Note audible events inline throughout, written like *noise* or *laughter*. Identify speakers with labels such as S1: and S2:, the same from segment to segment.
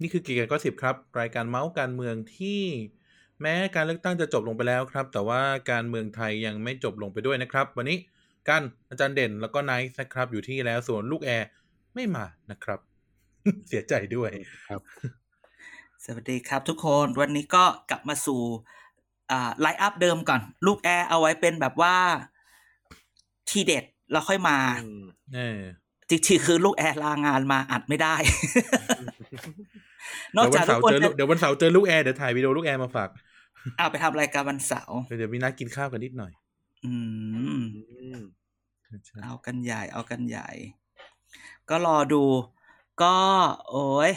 S1: นี่คือเกียร์ก็สิบครับ รายการเมาส์การเมืองที่ แม้การเลือกตั้งจะจบลงไปแล้วครับ แต่ว่าการเมืองไทยยังไม่จบลงไปด้วยนะครับ วันนี้กันอาจารย์เด่นแล้วก็ไนท์นะครับอยู่ที่แล้วส่วนลูกแอร์ไม่มานะครับ *laughs* เสียใจด้วย
S2: สวัสดีครับทุกคนวันนี้ก็กลับมาสู่อ่าไลฟ์อัพเดิมก่อน ลูกแอร์เอาไว้เป็นแบบว่าทีเด็ดแล้วค่อยมา
S1: เออ
S2: จริงๆคือลูกแอร์ลางานมาอัดไม่ได้ นอก
S1: *laughs* เดี๋ยว
S2: จา
S1: วั
S2: กทุ
S1: นเสาก ร์
S2: คน
S1: เจอลู
S2: จะ
S1: กเดี๋ยววันเสาร์เจอลูกแอร์เดี๋ยวถ่ายวิดีโอลูกแอร์มาฝาก
S2: เอาไปทำรายการวันเสาร์
S1: เดี๋ยวเดี๋ยวมีนัดกินข้าวกันนิดหน่อย
S2: อืม
S1: ใช่
S2: เอากันใหญ่เอากันใหญ่ ก็รอดู ก็โอ้ย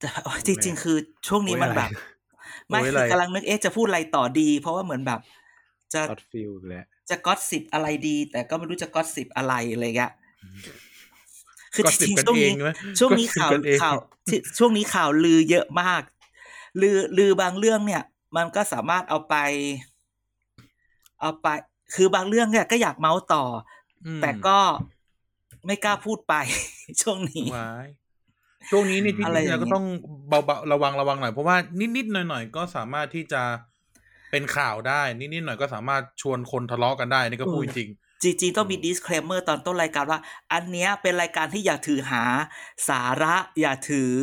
S2: แต่โอ๊ยจริง ๆ คือช่วงนี้มันแบบ ไม่คือกำลังนึกเอ๊ะจะพูดอะไรต่อดี เพราะว่าเหมือนแบบ จะ
S3: ช็อตฟิลอีกแล้ว
S2: จะก็อตสิบอะไรดี แต่ก็ไม่รู้จะก็อตสิบอะไรอะไรเงี้ยคือ
S1: ก็
S2: จ
S1: สิบ
S2: ริงๆ
S1: กัน
S2: ช่วง
S1: เอง
S2: นี้
S1: ไหม
S2: ช่วงนี้
S1: ก็สิบ
S2: ข่าว
S1: กันเอง
S2: ข่าวที่ช่วงนี้ข่าวลือเยอะมาก ลือลือบางเรื่องเนี่ย มันก็สามารถเอาไป เอาไป คือบางเรื่องเนี่ยก็อยากเมาส์ต่อ
S1: อืม
S2: แต่ก็ไม่กล้าพูดไป *laughs* ช่วงนี้
S1: ว้ายช่วงนี้นี่ที่
S2: อะไรอย่างเงี้ย
S1: เราก็ต้องเบาๆระวังระวังหน่อยเพราะว่านิดๆหน่อยๆก็สามารถที่จะเป็นข่าวได้นิดๆหน่อยก็สามารถชวนคนทะเลาะกันได้นี่ก็พูดจริง
S2: จริงๆต้องมี disclaimer ตอนต้นรายการว่า อันเนี้ยเป็นรายการที่อย่าถือหาสาระ อย่าถือ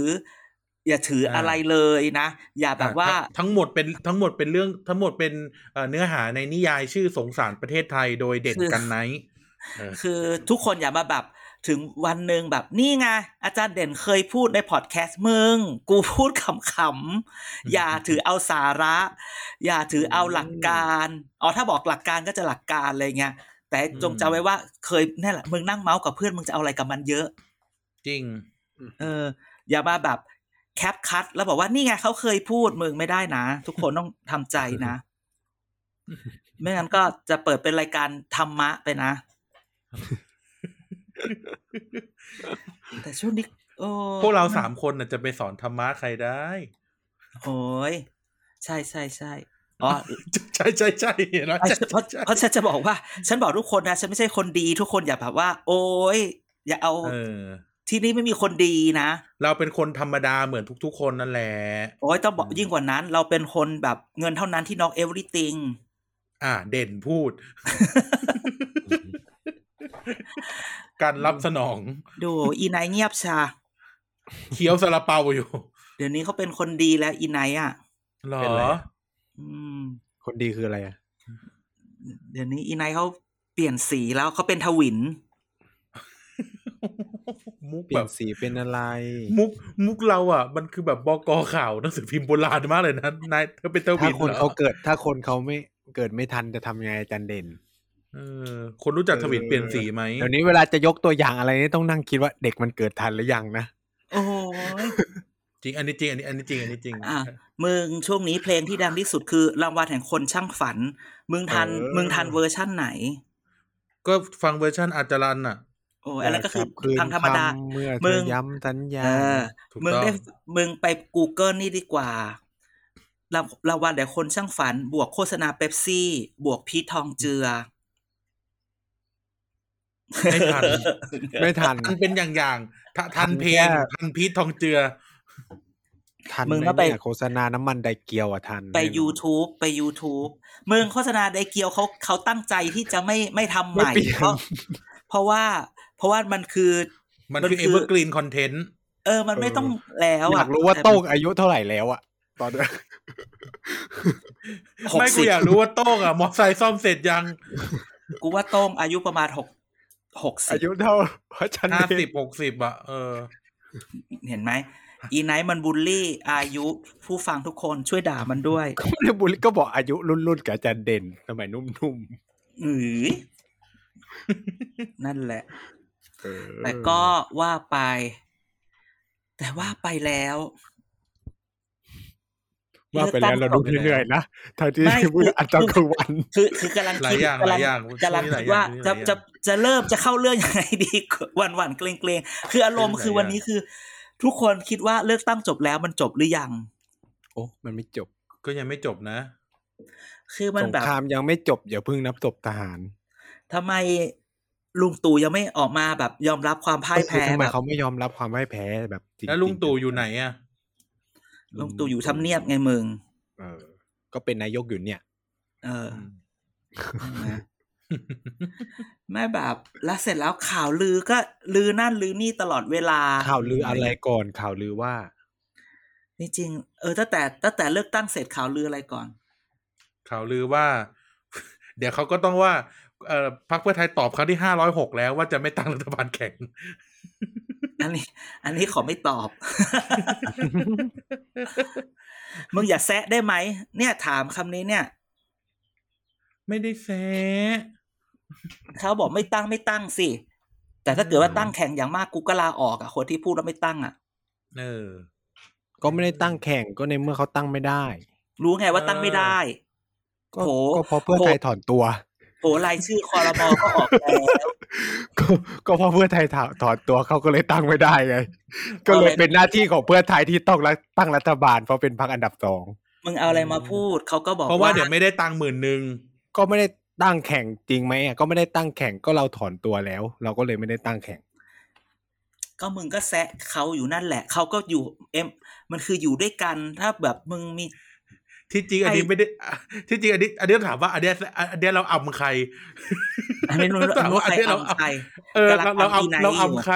S2: อย่าถือ
S1: อ่า
S2: อะไรเลยนะ อย่า
S1: อ่ะ
S2: แบบว่า
S1: ทั้งทั้งหมดเป็นทั้งหมดเป็นเรื่องทั้งหมดเป็นเอ่อเนื้อหาในนิยายชื่อสงสารประเทศไทยโดยเด่น
S2: คือ
S1: กันไนท์เออ
S2: คือทุกคนอย่ามาแบบถึงวันหนึ่งแบบนี่ไงอาจารย์เด่นเคยพูดในพอดแคสต์มึง กูพูดขำๆ อย่าถือเอาสาระ อย่าถือเอาหลักการอ๋อถ้าบอกหลักการก็จะหลักการอะไรเงี้ยแต่จงจำไว้ว่าเคยนั่นแหละมึงนั่งเมาส์กับเพื่อนมึงจะเอาอะไรกับมันเยอะ
S1: จริง
S2: เออ อย่ามาแบบแคปคัดแล้วบอกว่านี่ไงเขาเคยพูดมึงไม่ได้นะ ทุกคนต้องทำใจนะ
S1: *laughs*
S2: ไม่งั้นก็จะเปิดเป็นรายการธรรมะไป
S1: *laughs*
S2: นะ แต่ช่วงนี้โอ้
S1: พวกเราสามคนน่ะจะไปสอนธรรมะใครได้ *laughs*
S2: โอ้ยใช่ใช่ใช่อ๋
S1: *laughs*
S2: อ
S1: ใช่ใช่ใช่เห็นไหม
S2: เพราะ
S1: ใช่ใช่ใช่
S2: เพราะฉันจะบอกว่า ฉันบอกทุกคนนะ ฉันไม่ใช่คนดี ทุกคนอย่าแบบว่า โอ้ยอย่าเอา
S1: เออ
S2: ที่นี่ไม่มีคนดีนะ
S1: เราเป็นคนธรรมดาเหมือนทุก ๆ คนนั่นแหละ
S2: โอ้ยต้องบอก
S1: อืม
S2: ยิ่งกว่านั้น เราเป็นคนแบบเงินเท่านั้นที่ knock everything
S1: อ่า เด่นพูด การรับสนอง
S2: ดูอีไนท์เงียบชา
S1: เคี้ยวซาลาเปาอยู่ *laughs*
S2: เดี๋ยวนี้เขาเป็นคนดีแล้วอีไนท์อ่ะ
S1: เหร
S3: เป็นไร
S1: อ
S3: อะ
S2: อืม
S3: คนดีคืออะไรอ่ะ
S2: เดี๋ยวนี้อีไนท์เขาเปลี่ยนสีแล้วเขาเป็นทวิน
S1: *laughs* มุก
S3: เปลี่
S1: แบ
S3: ยน
S1: บ
S3: สีเป็นอะไร
S1: มุกมุกเราอ่ะ มันคือแบบบกข่าวหนังสือพิมพ์โบราณมากเลยนะนายเธอเป็นเตา
S3: ถ้า
S1: วิน
S3: คน
S1: เหรอ
S3: เขาเกิด ถ้าคนเขาไม่เกิดไม่ทันจะทำยังไงอาจันเด่น
S1: เออ คนรู้จักทวินเปลี่ยนสีไหม
S3: เดี๋ยวนี้เวลาจะยกตัวอย่างอะไรนี่ต้องนั่งคิดว่าเด็กมันเกิดทันหรือยังนะ
S2: โอ้ย
S1: จริงอันนี้จริงอันนี้อันนี้จริงอันนี้จริง
S2: อ่ะ มึงช่วงนี้เพลงที่ดังที่สุดคือรางวัลแห่งคนช่างฝัน มึงทัน
S3: เออ
S2: มึงทันเวอร์ชั่นไหน
S1: ก็ฟังเวอร์ชั่นอาจารันน่ะ
S2: โอ้ยอะไรก็คือ
S3: รับคืน
S2: ทางธรรมดา
S3: คำเมื่อ
S2: มึ
S3: เธอง ย้ำสัญญา
S2: เออ
S1: ถูก
S2: มึง
S1: ต้อง
S2: ได้มึงไป Google นี่ดีกว่า รางรางวัลแห่งคนช่างฝัน บวกโฆษณาเป๊ปซี่ บวกพีททองเจือ
S1: ไม่
S2: *laughs*
S1: ทัน
S3: ไม่ทัน
S1: ทันเป็นอย่างอย่างๆทันทันเพลง
S3: แค่
S1: ทันพีททองเจือ
S3: ทัน
S2: มึง
S3: ไห
S2: ก็ไป
S3: เนี่ยโฆษณาน้ำมันไดเกียวอ่ะทัน
S2: ไป
S3: แน่นอน
S2: YouTube ไป YouTube เมืองโฆษณาไดเกียวเขาเขาตั้งใจที่จะไม่ไม่ทำใหม่
S3: ไม่เปลี่ยน
S2: เพราะเพราะว่าเพราะว่ามันคือ
S1: มัน
S2: มัน
S1: คื
S2: คื
S1: อเอ
S2: อ
S1: เวอร์กรีนคอนเทนต์
S2: เออ มันไม่ต้องแล้ว
S3: อ
S2: อะ
S3: ยากรู้ว่าโต้งอายุเท่าไหร่แล้วอ่ะ ตอน
S2: *laughs* หก
S1: ไม่กู
S2: สิบ
S1: อยากรู้ว่าโต้งอ่ะ มอไซค์ซ่อมเสร็จยัง
S2: กูว่าโต้งอายุประมาณหกหกสิ
S3: อา
S2: บ
S3: ยุเท่าเพราะฉัน
S1: ห้า
S3: เด่น
S1: สิบ *laughs* หกสิบอ่ะเออ
S2: เห็นไหม อีไนท์มันบูลลี่ อายุผู้ฟังทุกคนช่วยด่ามันด้วย
S3: ก็ไม่ได้บุ *laughs* ลลี่ก็บอกอายุรุ่นรุ่นๆกับอาจารย์เด่นสมัยนุ่ม
S2: อือนั่นแหละ
S3: ๆเออ
S2: แต่ก็ว่าไป แต่ว่าไปแล้ว
S3: ว่าไปแล้วเราดูเรื่อยๆนะทางที่
S2: ไม่
S3: พูดอัดตอนกลางวัน
S2: คือคือกำลัง
S1: หลาย
S2: คิด
S1: อย่าง
S2: กำ
S1: ห
S2: ลั
S1: ลายอย่าง
S2: กำลัง
S1: ช่วงนี้
S2: คิด
S1: หลายอย่า
S2: ว่าง
S1: ช่วงนี้
S2: จะ
S1: หลายอย่าง
S2: จะจะเริ่มจะเข้าเรื่องยังไงดี *laughs* หวันหวันๆเกรงเกรงๆคืออารมณ์
S1: หลายอย่าง
S2: คือวันนี้คือ ทุกคนคิดว่าเลือกตั้งจบแล้วมันจบหรือยัง
S3: โอ้มันไม่จบ
S1: ก็ยังไม่จบนะ
S2: คือมัน
S3: สง
S2: แบบ
S3: ครามยังไม่จบอย่าเพิ่งนับศพทหาร
S2: ทำไมลุงตู่ยังไม่ออกมาแบบยอมรับความพ่ายแพ้
S3: ทำไม
S2: แบบ
S3: เขาไม่ยอมรับความพ่ายแพ้แบบจริงๆ
S1: แล้วลุงตู่อยู่ไหนอ่ะ
S2: ลุงตู่อยู่ทำเนียบไงมึง
S3: เออ ก็เป็นนายกอยู่เนี่ย
S2: เออใช่ไหม แม่แบบแล้วเสร็จแล้วข่าวลือก็ลือนั่นลือนี่ตลอดเวลา
S3: ข่าวลืออะไรก่อนข่าวลือว่า
S2: จริงๆเออตั้งแต่ตั้งแต่เลือกตั้งเสร็จข่าวลืออะไรก่อน
S1: *laughs* ข่าวลือว่า *laughs* เดี๋ยวเขาก็ต้องว่าเอ่อพรรคเพื่อไทยตอบครั้งที่ห้าร้อยหกแล้วว่าจะไม่ตั้งรัฐบาลแข่ง
S2: อันนี้ อันนี้ขอไม่ตอบ *laughs* มึงอย่าแซะได้ไหมเนี่ยถามคำนี้เนี่ย
S1: ไม่ได้แซะ
S2: เขาบอกไม่ตั้งไม่ตั้งสิ แต่ถ้าเกิดว่าตั้งแข่งอย่างมากกูก็ลาออกอะคนที่พูดว่าไม่ตั้งอะ
S1: เออ
S3: ก็ไม่ได้ตั้งแข่งก็ในเมื่อเขาตั้งไม่ได้
S2: รู้ไงว่าตั้งไม่ได้
S3: ก็
S2: โห
S3: ก็เพราะเพื่อไทยถอนตัว
S2: โหรายชื่อคอรมอก็ออก
S1: *laughs*
S2: แล้ว
S3: ก็ก็เพราะเพื่อไทยถอนถอนตัวเขาก็เลยตั้งไม่ได้ไง ก็เลยเป็นหน้าที่ของเพื่อไทยที่ต้องรักตั้งรัฐบาล เพราะเป็นพรรคอันดับสอง
S2: มึงเอาอะไรมาพูดเขาก็บอก
S1: เพราะว่า
S2: ว่า
S1: เดี๋ยวไม่ได้ตังค์หมื่นหนึ่ง
S3: ก็ไม่ได้ตั้งแข่งจริงไหมอ่ะก็ไม่ได้ตั้งแข่งก็เราถอนตัวแล้ว เราก็เลยไม่ได้ตั้งแข่ง
S2: ก็มึงก็แซะเขาอยู่นั่นแหละเขาก็อยู่เอ็มมันคืออยู่ด้วยกันถ้าแบบมึงมี
S1: ที่จริงอันนี้
S2: ไอ้
S1: ไม่ได้ *laughs* อ่ะที่จริงอันนี้อันนี้ถามว่าอันเนี้ยอันเนี้ยเราอำใคร
S2: อันนี้รู้
S1: ถามว่า
S2: ใคร
S1: เนี้ย
S2: เอา
S1: เราอำ
S2: ใคร
S1: เออเราเรา
S2: กำลังอำที่ไหน
S1: อำ
S2: อ
S1: เรา
S2: ยู่
S1: อํใคร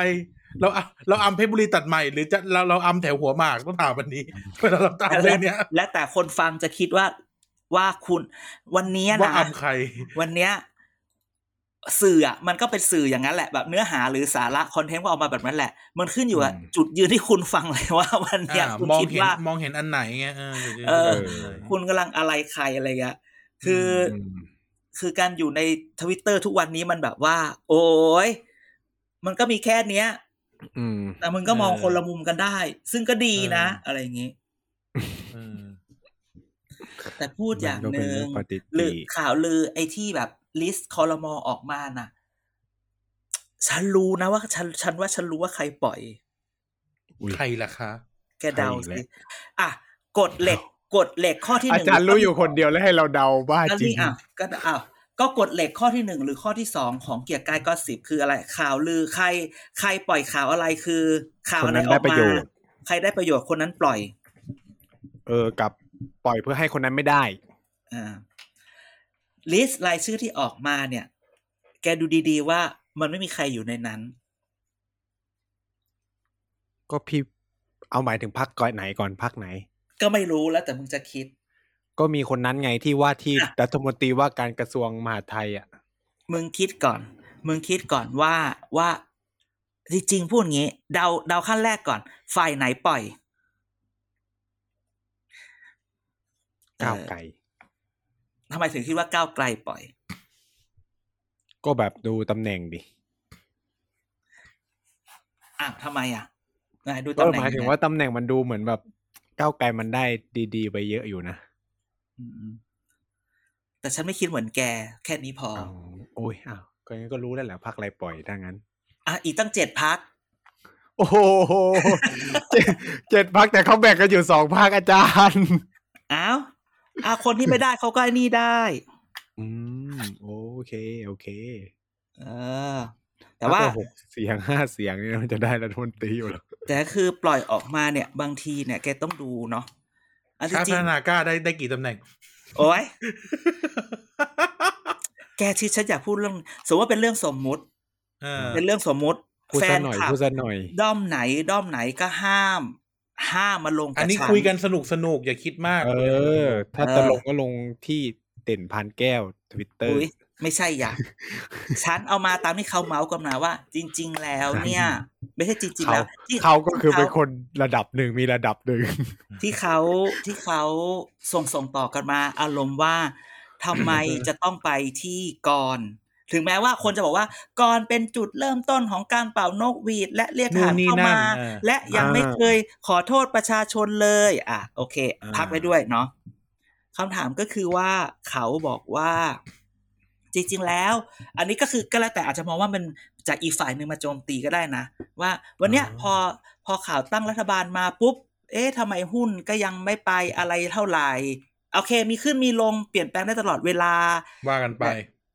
S1: เราอำเราอํเพชรบุรีตัดใหม่หรือจะเราเราอํแถวหัวหมากต้องถามวันนี้ *laughs* เวลาเราตามเรื่องเนี้ย
S2: และแต่คนฟังจะคิดว่าว่าคุณวันเนี้ย
S1: ว่า
S2: นะ
S1: อํใคร
S2: วันเนี้ยสื่ออะมันก็เป็นสื่ออย่างนั้นแหละแบบเนื้อหาหรือสาระคอนเทนต์ก็ออกมาแบบนั้นแหละ มันขึ้นอยู่กับ
S3: อืม
S2: จุดยืนที่คุณฟังเลยว่า วันเนี้ย
S1: อ่า
S2: คุณ
S1: มอง
S2: คิด
S1: เห็น
S2: ว่า
S1: มองเห็นอันไหนไงเออดี๋ยว
S2: เออ
S1: ดี๋ยว
S2: คุณกำลังอะไรใครอะไรเงี้ยคือ
S3: อืม
S2: คือการอยู่ในทวิตเตอร์ทุกวันนี้มันแบบว่า โอ้ยมันก็มีแค่เนี้ย
S3: อืม
S2: แต่มึงก็มอง
S1: เออ
S2: คนละมุมกันได้ ซึ่งก็ดีนะ
S1: เอออ
S2: อะไรอย่างงี้
S1: เออ
S2: แต่พูดอย่าง
S3: มันก็
S2: ห
S3: เป็น
S2: นึ่
S3: เรื่อง งปฏิกิริยา
S2: หรือข่าวลือไอ้ที่แบบลิสต์คอรมอออกมาน่ะ ฉันรู้นะว่าฉันฉันว่าฉันรู้ว่าใครปล่อย
S3: อุ๊ย
S1: ใครล่ะคะ
S2: แกเดา
S3: ใคร
S2: สิ
S3: อีกแล้ว
S2: อ่ะกฎเหล็กกฎเหล็กข้อที่ห
S3: อา
S2: นึ่ง
S3: จารย์รู้อยู่คนเดียวแล้วให้เราเดาบ้า
S2: แล้ว
S3: จริง
S2: นี่อ่ะก็อ่ะก็กฎเหล็กข้อที่หนึ่งหรือข้อที่สองของเกียร์กายก็สิบคืออะไร ข่าวลือใคร ใครปล่อยข่าวอะไรคือ ข่าว
S3: คน
S2: อะไร
S3: นั้น
S2: อ
S3: ได้
S2: อก
S3: ประ
S2: มา
S3: โยชน์
S2: ใครได้ประโยชน์คนนั้นปล่อย
S3: เออกับปล่อยเพื่อให้คนนั้นไม่ได้
S2: ลิสต์รายชื่อที่ออกมาเนี่ย แกดูดีๆว่ามันไม่มีใครอยู่ในนั้น
S3: ก็พี่เอาหมายถึงพักก่อนไหนก่อนพักไหน
S2: ก็ไม่รู้แล้วแต่มึงจะคิด
S3: ก็มีคนนั้นไงที่ว่าที่
S2: อ่ะ
S3: รัฐมนตรีว่าการกระทรวงมหาดไทยอ่ะ
S2: มึงคิดก่อน มึงคิดก่อนว่าว่าจริงๆพูดอย่างงี้ เดาเดาขั้นแรกก่อน ฝ่ายไหนปล่อย
S3: ก้าวไกล
S2: เออทำไมถึงคิดว่าก้าวไกลปล่อย
S3: ก็แบบดูตำแหน่งดิ
S2: อ่ะทำไมอ่ะไหนดู
S3: ก็
S2: ตำแหน่ง
S3: หมายถึง
S2: นะ
S3: ว่าตำแหน่งมันดูเหมือนแบบก้าวไกลมันได้ดีๆ ไปเยอะอยู่นะ
S2: อืมๆแต่ฉันไม่คิดเหมือนแก แค่นี้พอ
S3: อ้าวโอ้ยอ้าวก็งั้นก็รู้แล้วแหละพักอะไรปล่อยถ้างั้น
S2: อ่ะอีกตั้งเจ็ดพัก
S3: โอ้โหเจ็ดเจ็ดพักแต่เขาแบ่งกันอยู่สองพักอาจารย์
S2: อ้าวอ่ะคนที่ไม่ได้เขาก็ไอ้นี่ได้
S3: อืมโอเค โอเค
S2: เออ แต่ว่า
S3: ล้ก็หกเสียงห้าเสียงนี่มันจะได้รัฐมนตรีอยู่แล้ว
S2: แต่คือปล่อยออกมาเนี่ย บางทีเนี่ยแกต้องดูเนาะอันที่
S1: ชาติ
S2: จริ
S1: พั
S2: ง
S1: ฒนากล้าได้ได้กี่ตำแหน่ง *laughs*
S2: โอ้ยแกชื่อฉันอยากพูดเรื่อง สมมติว่าเป็นเรื่องสมมุติ
S1: เออ
S2: เป็นเรื่องสมมติ
S3: พูด
S2: แฟ
S3: ซะ
S2: น
S3: หน่อย
S2: คลับ
S3: พูดซะหน่อย
S2: ด้อมไหนด้อมไหนก็ห้าม ห้ามมาลงกับ
S1: อันนี้
S2: ฉั
S1: คุยกันสนุกสนุกอย่าคิดมาก
S3: เออ ถ้าจะลงก็ลงที่เด่นพานแก้วทวิตเตอร์
S2: อุ๊ยไม่ใช่อย่า *laughs* ฉันเอามาตามที่เขาเมาส์กันมาว่า จริง ๆ แล้วเนี่ย ไม่ใช่จริง ๆ
S3: เขา
S2: แล้วที่
S3: เขาก็คือเป็นคนระดับหนึ่งมีระดับหนึ่ง
S2: ที่เขาที่เขาส่งส่งต่อกันมา อารมณ์ว่าทำไมจะต้องไปที่กร ถึงแม้ว่าคนจะบอกว่าก่อนเป็นจุดเริ่มต้นของการเป่านกหวีด และเรียกทหาร
S1: นู่นนี่
S2: เข้า
S1: นั่
S2: มา
S1: นอ่า
S2: และยังไม่
S3: อ่า
S2: เคยขอโทษประชาชนเลย อ่ะ โอเค
S1: อ่า
S2: พักไว้ด้วยเนาะคำถามก็คือว่าเขาบอกว่า จริงๆแล้ว อันนี้ก็คือก็แล้วแต่อาจจะมองว่ามันจากอีกฝ่ายหนึ่งมาโจมตีก็ได้นะ ว่าวันเนี้ยพอพอข่าวตั้งรัฐบาลมาปุ๊บ เอ๊ะทำไมหุ้นก็ยังไม่ไปอะไรเท่าไหร่ โอเค มีขึ้นมีลงเปลี่ยนแปลงได้ตลอดเวลา
S1: ว่ากันไป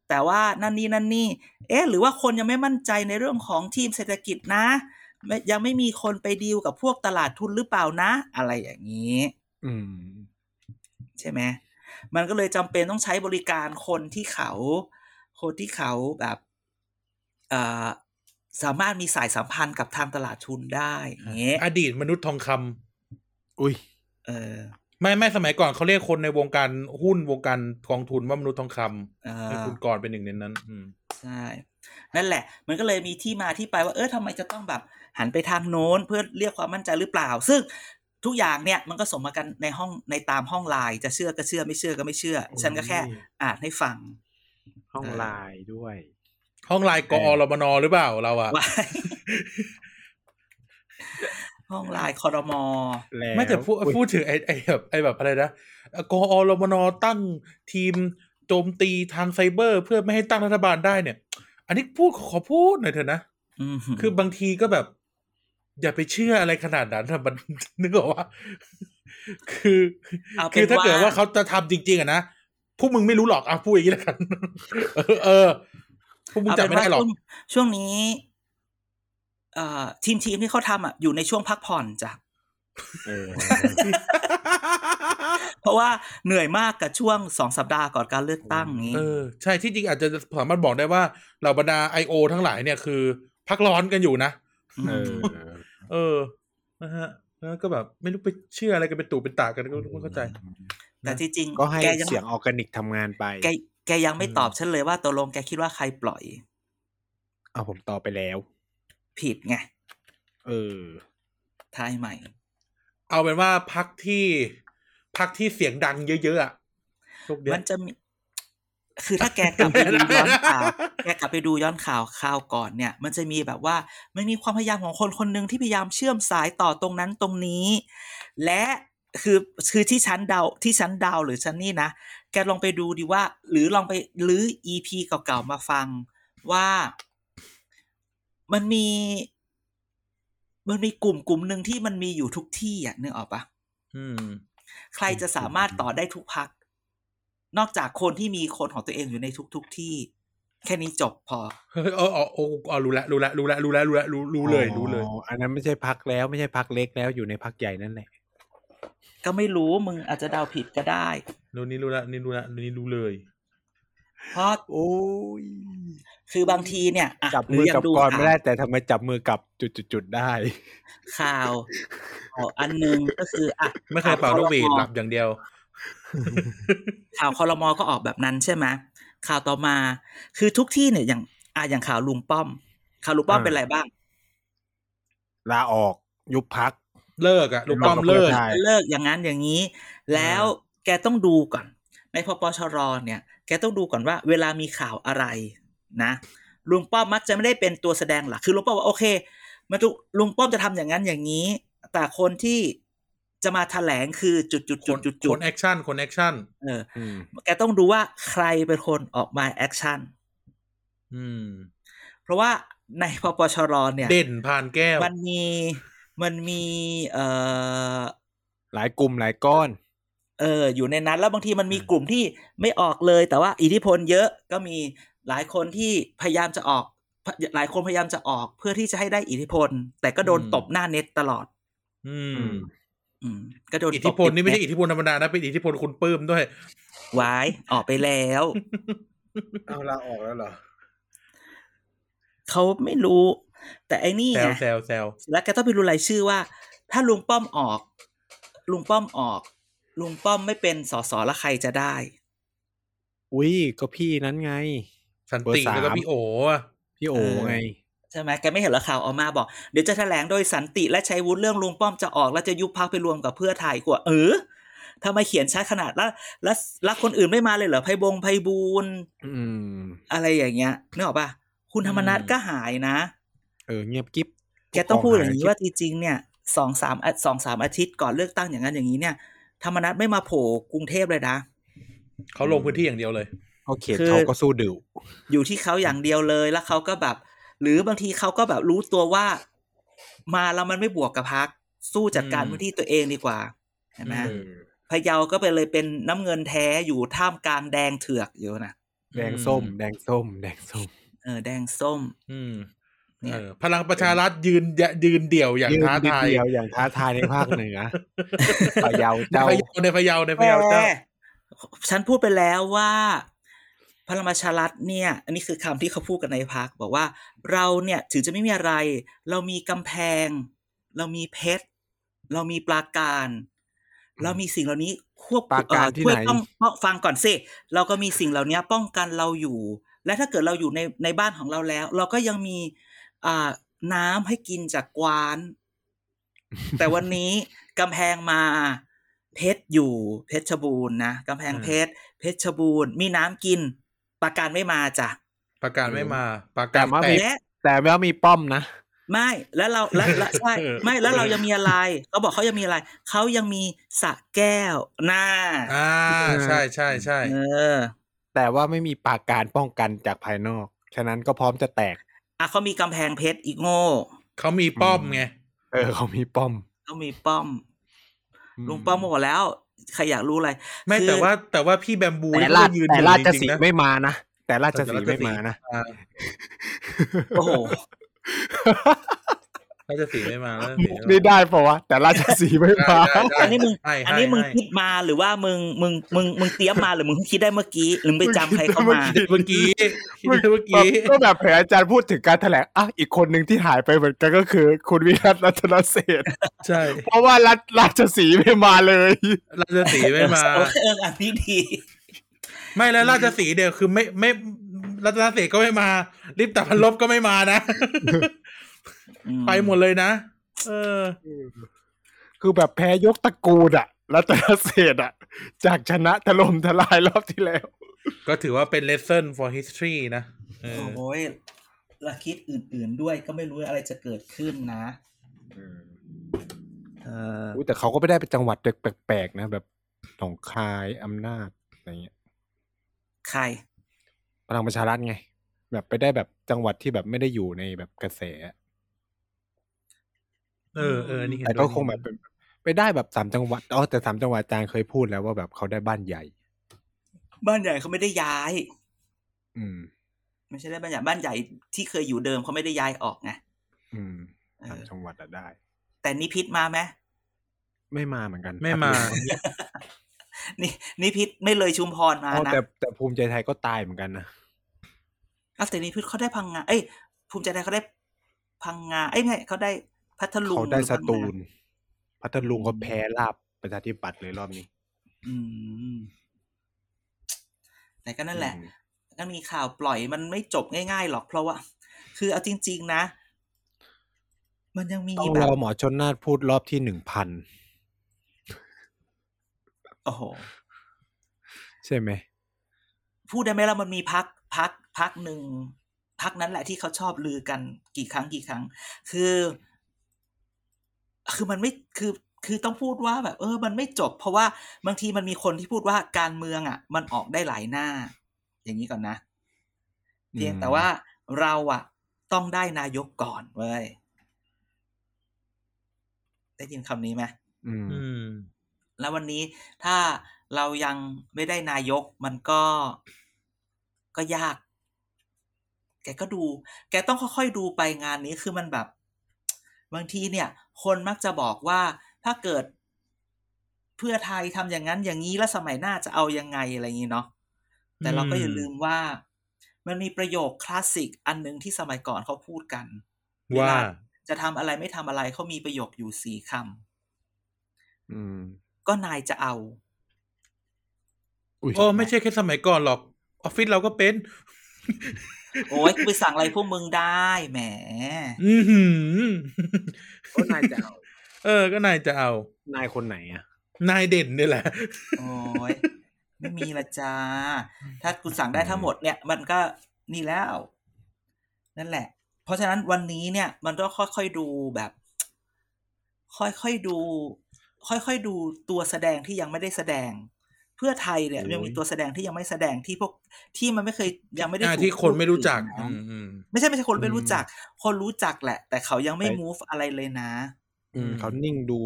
S2: แต่ว่านั่นนี่นั่นนี่ เอ๊ะ หรือว่าคนยังไม่มั่นใจในเรื่องของทีมเศรษฐกิจนะไม่ยังไม่มีคนไปดีลกับพวกตลาดทุนหรือเปล่านะ อะไรอย่างนี้
S3: อืม
S2: ใช่ไหม มันก็เลยจำเป็นต้องใช้บริการคนที่เขา คนที่เขาแบบเอ่อสามารถมีสายสัมพันธ์กับทางตลาดทุนได้อย่างเงี้ย
S1: อดีตมนุษย์ทองคำ
S3: อุ้ย
S2: เออ
S1: ไม่ไม่สมัยก่อนเขาเรียกคนในวงการหุ้นวงการกองทุนว่ามนุษย์ทองคำ
S2: เอ่
S1: ให้
S2: อ
S1: คุณกรณ์เป็นหนึ่งในนั้น อืม
S2: ใช่ นั่นแหละ มันก็เลยมีที่มาที่ไปว่า เออทำไมจะต้องแบบหันไปทางโน้นเพื่อเรียกความมั่นใจหรือเปล่า ซึ่งทุกอย่างเนี่ยมันก็สมมากันในห้องในตามห้องไลน์จะเชื่อก็เชื่อไม่เชื่อก็ไม่เชื่อ
S3: โอ้ย
S2: ฉันก็แค่อ่านให้ฟัง
S3: ห้อง
S2: เออ
S3: ไลน์ด้วย
S1: ห้องไลน์ก
S3: เอ
S1: อ
S3: อ
S1: รมนหรือเปล่าเราอะ
S2: ไว้ *laughs* ห้องไลน์คอรมอ
S3: แล้ว
S1: ไม่แต่พูด
S3: อุ๊ย
S1: พูดถึงไอ้ไอ้แบบไอ้แบบอะไรนะกอรมนตั้งทีมโจมตีทางไซเบอร์ เพื่อไม่ให้ตั้งรัฐบาลได้เนี่ย อันนี้พูดขอพูดหน่อยเถอะนะ คือบางทีก็แบบ อย่าไปเชื่ออะไรขนาดนั้นนะมัน *laughs* นึกออกว่า คือ
S2: เอาเป็น
S1: คือถ้าเกิด
S2: ว่า
S1: ว่าเขาจะทำจริง ๆอะนะพวกมึงไม่รู้หรอกอ่ะพูดอย่างนี้แล้ว *laughs* กัน เออเออพวกมึงจับไม่ได้หรอก
S2: ช่วงช่วงนี้เอ่อทีมทีมที่เขาทำอ่ะอยู่ในช่วงพักผ่อนจ้ะ
S3: เออ
S2: เพราะว่าเหนื่อยมากกับช่วงสองสัปดาห์ก่อนการเลือกตั้งนี้
S1: เออใช่ที่จริงอาจจะสามารถบอกได้ว่าเหล่าบรรดา I.O. ทั้งหลายเนี่ยคือ พักร้อนกันอยู่นะ
S3: เออ
S1: เออ นะฮะ แล้วก็แบบไม่รู้ไปเชื่ออะไรกันเป็นตู่เป็นตากันก็ไม่เข้าใจ
S2: แต่ที่จริง
S3: ก็ให้
S2: แกยัง
S3: เสียงออร์แกนิกทำงานไป
S2: แกแกยังไม่ตอบฉันเลยว่าตกลงแกคิดว่าใครปล่อย
S3: เอาผมต่อไปแล้ว
S2: ผิดไง
S3: เออ
S2: ทายใหม่
S1: เอาเป็นว่าพักที่พักที่เสียงดังเยอะๆอะพวกเนี้ย
S2: มันจะมี คือถ้าแกกลับไปดูย้อนข่าวแกกลับไปดูย้อนข่าวข่าวก่อนเนี่ย มันจะมีแบบว่ามันมีความพยายามของคนคนหนึ่งที่พยายามเชื่อมสายต่อตรงนั้นตรงนี้ และคือคือที่ชั้นเดาที่ชั้นเดาหรือชั้นนี่นะ แกลองไปดูดีว่า หรือลองไปหรืออีพีเก่าๆมาฟังว่า มันมี มันมีกลุ่มกลุ่มหนึ่งที่มันมีอยู่ทุกที่อ่ะนึกออกปะ
S1: อืม
S2: ใครจะสามารถต่อได้ทุกพัก นอกจากคนที่มีคนของตัวเองอยู่ในทุกๆทที่ แค่นี้จบพอ
S1: เฮ้ยเออเออเออเออรู้ละรู้ละรู้ละรู้ละรู้ละรู้รู้เลยรู้เลย
S3: อ๋ออันนั้นไม่ใช่พักแล้วไม่ใช่พักเล็กแล้วอยู่ในพักใหญ่นั่นแหละ
S2: ก็ไม่รู้มึงอาจจะเดาผิดก็ได้
S1: รู้นี่รู้ละนี่รู้ละนี่รู้เลย
S2: เพราะ
S3: โอ้ย
S2: คือบางทีเนี่ยะ
S3: จับ
S2: หรื
S3: มือ
S2: ยั
S3: กับ
S2: ดู
S3: กร
S2: ข่าว
S3: ไม่ได้แต่ทำไมจับมือกับจุดๆๆได้
S2: ข่าวข่าวอันหนึ่งก็คืออ่ะ
S1: ไม่เคยเป่านกหวีดหลับอย่างเดียว
S2: ข่าวคอรมอก็ออกแบบนั้นใช่ไหมข่าวต่อมา คือทุกที่เนี่ยอย่างอ่ะอย่างข่าวลุงป้อม ข่าวลุงป้อม
S3: อ่า
S2: เป็นอะไรบ้าง
S3: ลาออกยุบพัก
S1: เลิกอะลูกป้อมเลิก
S3: ใช่
S2: เลิกอย่างนั้นอย่างนี้ แล้วแกต้องดูก่อน ในพปชรเนี่ย แกต้องดูก่อนว่า เวลามีข่าวอะไรนะลุงป้อมมักจะไม่ได้เป็นตัวแสดงหลักคือลุงป้อมว่าโอเคมาทุกลุงป้อมจะทำอย่างนั้นอย่างนี้ แต่คนที่จะมาแถลงคือจุดจุด
S1: ค
S2: จุด
S1: น
S2: จุด
S1: ค
S2: จุด
S1: นแอคชั่นคนแอคชั่น
S2: เออ
S3: อืม
S2: แกต้องดูว่าใครเป็นคนออกมาแอคชั่น
S1: อืม
S2: เพราะว่าในพปชรเนี่ย
S1: เด่นผ่านแก้ว
S2: มันมีมันมีเอ่อ
S3: หลายกลุ่มหลายก้อน
S2: เอออยู่ในนั้นแล้วบางทีมันมีกลุ่มที่ไม่ออกเลย แต่ว่าอิทธิพลเยอะก็มีหลายคนที่พยายามจะออก หลายคนพยายามจะออกเพื่อที่จะให้ได้อิทธิพล แต่ก็โดน
S1: อืม
S2: ตบหน้าเน็ตตลอด
S1: อืม
S2: อืม ก็โดน
S1: อิทธิพลนี่ไม่ใช่อิทธิพลธรรมดานะเป็นอิทธิพลคุณปลื้มด้วย
S2: วายออกไปแล้ว
S3: เอาลาออกแล้วเหรอ
S2: เขาไม่รู้ แต่ไอ้นี่
S1: แซ
S2: ไง
S1: วแซวแซว
S2: แล้วแกต้องไปดูรายชื่อว่า ถ้าลุงป้อมออก ลุงป้อมออก ลุงป้อมไม่เป็นสสแล้วใครจะได้
S3: อุ้ยก็พี่นั้นไง
S1: สันติ
S3: เบอร์สาม
S1: แล้วก็พี่โออะ
S3: พี่โอ
S2: เออ
S3: ไง
S2: ใช่ไหมแกไม่เห็นเหรอข่าวออกมาบอก เดี๋ยวจะแถลงโดยสันติและใช้วุฒิเรื่องลุงป้อมจะออก แล้วจะยุบพักไปรวมกับเพื่อไทยกว่า เออ ทำไมเขียนชัดขนาดแล้วแล้วแล้วคนอื่นไม่มาเลยเหรอไพบงไพบูลย์
S3: อืม
S2: อะไรอย่างเงี้ยนึกออกปะคุณธรรมนัทก็หายนะ
S3: เออเงียบกิ๊บ
S2: แกต้องพูดอย่างนี้ว่าจริงๆเนี่ยสองสามสองสามอาทิตย์ก่อนเลือกตั้งอย่างนั้นอย่างนี้เนี่ย ธรรมนัฐไม่มาโผล่กรุงเทพเลยนะ
S1: เขาลงพื้นที่อย่างเดียวเลย
S3: โอเค
S2: คือ
S3: เขาก็สู้ดิว
S2: อยู่ที่เขาอย่างเดียวเลยแล้วเขาก็แบบ หรือบางทีเขาก็แบบรู้ตัวว่า มาแล้วมันไม่บวกกับพัก สู้จัดการ
S1: อืม
S2: พื้นที่ตัวเองดีกว่าเห็นไหม
S1: อืม
S2: พะเยาก็ไปเลยเป็นน้ำเงินแท้อยู่ท่ามกลางแดงเถือกอยู่นะ
S3: แดงส้ม แดงส้ม แดงส้ม
S2: เออแดงส้ม
S1: อืม
S2: เนี่ย
S1: เออพลังประชารัฐยืนยะยืนเดี่ยวอย่างท้าทาย
S3: เดียวอย่างท้าทายในภาคเหนือพะเยา
S1: ใน
S3: เจ้า
S1: พะเยาในพะเยาในพะเยาเจ้า
S2: แต่ฉันพูดไปแล้วว่าพลังประชารัฐเนี่ย อันนี้คือคำที่เขาพูดกันในพักบอกว่าเราเนี่ยถึงจะไม่มีอะไร เรามีกำแพง เรามีเพชร เรามีปราการ เรามีสิ่งเหล่านี้ควบ
S3: ปราการที่
S2: ช่ว
S3: ไห
S2: ย
S3: น
S2: ป้องป้องฟังก่อนสิเราก็มีสิ่งเหล่านี้ป้องกันเราอยู่ และถ้าเกิดเราอยู่ในในบ้านของเราแล้ว เราก็ยังมีอ่าน้ำให้กินจากกวาน
S1: *laughs*
S2: แต่วันนี้กำแพงมาเพชรอยู่เพชรบูรณ์นะกำแพง
S1: อืม
S2: เพชรเพชรบูรณ์มีน้ำกิน ประการไม่มาจ้ะ
S1: ประกาศไม่มาประ
S3: แต่
S1: กาศ
S3: ว่า
S1: แต
S3: มี
S1: ก
S2: และ
S3: แต่แม้ว่ามีป้อมนะ
S2: ไม่แล้วเราและและ
S1: *laughs*
S2: ใช่
S1: เออ
S2: ไม่แล้วเรายังมีอะไรเขาบอกเขายังมีอะไรเขายังมีสระแก้วน่า
S1: อ่าใช่ใช่ใช่
S2: เออ
S3: แต่ว่าไม่มีปราการป้องกันจากภายนอก ฉะนั้นก็พร้อมจะแตก
S2: อ่ะเขามีกำแพงเพชรอีกโง่
S1: เขามีป้อมไง
S3: เออเขามีป้อม
S2: เขามีป้อมลุงป้อมบอกแล้วใครอยากรู้อะไร
S1: ไม่
S2: คือ
S1: แต่ว่าแต่ว่าพี่แบมบู
S3: แต่
S1: นี่
S3: ราช
S1: ก็ยืน
S3: แต่
S1: อยู่
S3: ราช
S1: จ
S3: สี
S1: ริงๆ
S3: ห์
S1: นะ
S3: ไม่มานะ แต่ราชสีห์
S1: แต่ราชสีห์
S3: ไม่มานะ
S1: อ่า
S2: โอ้โห
S1: ราชสีห์ไม่มาราชสี
S3: มุ
S1: ห์
S3: ก
S1: ไม่
S3: นี่
S1: มา
S3: ได้ปะวะ แต่ราชสีห์ไม่
S1: ได้
S3: มา
S1: ได้ได้
S2: อันนี้มึง
S1: ให้
S2: อันนี้มึง
S1: ให้
S2: คิดมาหรือว่ามึงมึงมึงมึงเตรียมมาหรือมึงคิดได้เมื่อกี้หรือมึงไปจำใครเข้ามา
S1: ให้เมื่อกี้คิดเมื่อ
S3: แบ
S1: กี้
S3: บก็แบบเผยอาจารย์พูดถึงการถแถลงอ่ะอีกคนหนึ่งที่หายไปเหมือนกันก็คือ คุณวิรัตรัตนเศรษฐ์
S1: ใช่
S3: เพราะว่ารัฐราชสีห์ไม่มาเลย
S1: ราชสีห์ *laughs* ไม่มา
S2: เออเอออันนี้ดี
S1: ไม่แล้วราชสีห์เดียวคือไม่ไม่รัตนเสกก็ไม่มา ลิปตาพันลบก็ไม่มานะ ไปหมดเลยนะ เออ
S3: คือแบบแพ้ยกตระกูลอะรัตนเศรษฐ์อะจากชนะถล่มทลายรอบที่แล้ว
S1: ก็ถือว่าเป็น lesson for history นะเออ
S2: โอ้ยละคิดอื่น ๆ ด้วยก็ไม่รู้อะไรจะเกิดขึ้นนะเออ
S3: อุ๊ยแต่เขาก็ไม่ได้ไปจังหวัดแปลกๆนะ แบบหนองคายอำนาจอะไรเงี้ย
S2: ใคร
S3: พลังประชารัฐไง แบบไปได้แบบจังหวัดที่แบบไม่ได้อยู่ในแบบกระแส
S1: เออเออนี่เห็น
S3: แต่
S1: ด้วย
S3: ก็คงแบบเป็นไปได้แบบสามจังหวัดอ๋อแต่สามจังหวัดอาจารย์เคยพูดแล้วว่าแบบเขาได้บ้านใหญ่
S2: บ้านใหญ่เขาไม่ได้ย้าย
S3: อืม
S2: ไม่ใช่ได้บ้านใหญ่บ้านใหญ่ที่เคยอยู่เดิมเขาไม่ได้ย้ายออกไง
S3: อืม
S2: เอ
S3: สาม
S2: อ
S3: จังหวัดอะได้
S2: แต่นิพิษมาไหม
S3: ไม่มาเหมือนกัน
S1: ไม่มา
S2: นี่นิพิษไม่เลยชุมพรมา
S3: อ๋อ
S2: นะ
S3: *laughs* แต่แต่ภูมิใจไทยก็ตายเหมือนกันนะ
S2: อ้าวแต่นิพิษเขาได้พังงาเอ้ยภูมิใจไทยเขาได้พังงาเอ้ยไม่เขาได้พัทลุง
S3: เขาได้
S2: หรือ
S3: ส
S2: พังงา
S3: ตูล พัทลุงเขาแพ้ราบประชาธิปัตย์เลยรอบนี้
S2: อืมแต่ก็นั่นแหละ
S3: อืม
S2: ก็มีข่าวปล่อยมันไม่จบง่ายๆหรอกเพราะว่า คือเอาจริง ๆ นะ มันยังมี
S3: ต้อง
S2: แบ
S3: ร
S2: บ
S3: อหมอชนน่านพูดรอบที่หนึ่งพัน
S2: โอ้โห
S3: ใช่ไหม
S2: พูดได้ไหมล่ะมันมีพักพักพักหนึ่งพักนั้นแหละที่เขาชอบลือกันกี่ครั้งกี่ครั้ง คือ คือมันไม่คือคือต้องพูดว่าแบบ เออ มันไม่จบ เพราะว่าบางทีมันมีคนที่พูดว่าการเมืองอ่ะ มันออกได้หลายหน้า อย่างนี้ก่อนนะเพียง
S3: อืม
S2: แต่ว่าเราอ่ะ ต้องได้นายกก่อนเว้ยได้ยินคำนี้ไหม
S3: อืม
S1: อืม
S2: แล้ววันนี้ถ้าเรายังไม่ได้นายกมันก็ก็ยาก แกก็ดู แกต้องค่อยๆดูไปงานนี้คือมันแบบ บางทีเนี่ย คนมักจะบอกว่าถ้าเกิดเพื่อไทยทำอย่างนั้นอย่างนี้แล้วสมัยหน้าจะเอายังไงอะไรอย่างนี้เนาะแต่เราก็อย่า
S1: อืม
S2: ลืมว่า มันมีประโยคคลาสสิกอันหนึ่งที่สมัยก่อนเขาพูดกัน
S1: ว่า
S2: จะทำอะไรไม่ทำอะไรเขามีประโยคอยู่สี่ค
S3: อืม
S2: ำก็นายจะเอา
S3: อุ้ย
S1: โอ้ไม่ใช่แค่สมัยก่อนหรอก ออฟฟิศเราก็เป็น
S2: โอ้ยกูไปสั่งอะไรพวกมึงได้แหม
S1: อือหือ
S3: ก็นายจะเอา
S1: เออ ก็นายจะเอา
S3: นายคนไหนอะ
S1: นายเด่นเนี่ยแหละ
S2: โอ้ยไม่มีละจ้า ถ้าคุณสั่งได้ทั้งหมดเนี่ย มันก็นี่แล้ว นั่นแหละ เพราะฉะนั้นวันนี้เนี่ย มันต้องค่อยๆดูแบบ ค่อยๆดู ค่อยๆดูตัวแสดงที่ยังไม่ได้แสดง เพื่อไทยเนี่ย
S1: โอ้ย
S2: ยังมีตัวแสดงที่ยังไม่แสดงที่พวกที่มันไม่เคยยังไม่ได้
S1: อ่า
S2: ถูก
S1: ที่คนไม่รู้จัก
S2: พูดถึงนะ
S1: อืม
S2: ไม่ใช่ไม่ใช่คนไม่
S1: อืม
S2: รู้จัก คนรู้จักแหละ แต่เขายังไม่
S3: ไป
S2: move อะไรเลยนะ
S1: อืม
S3: เขานิ่งดู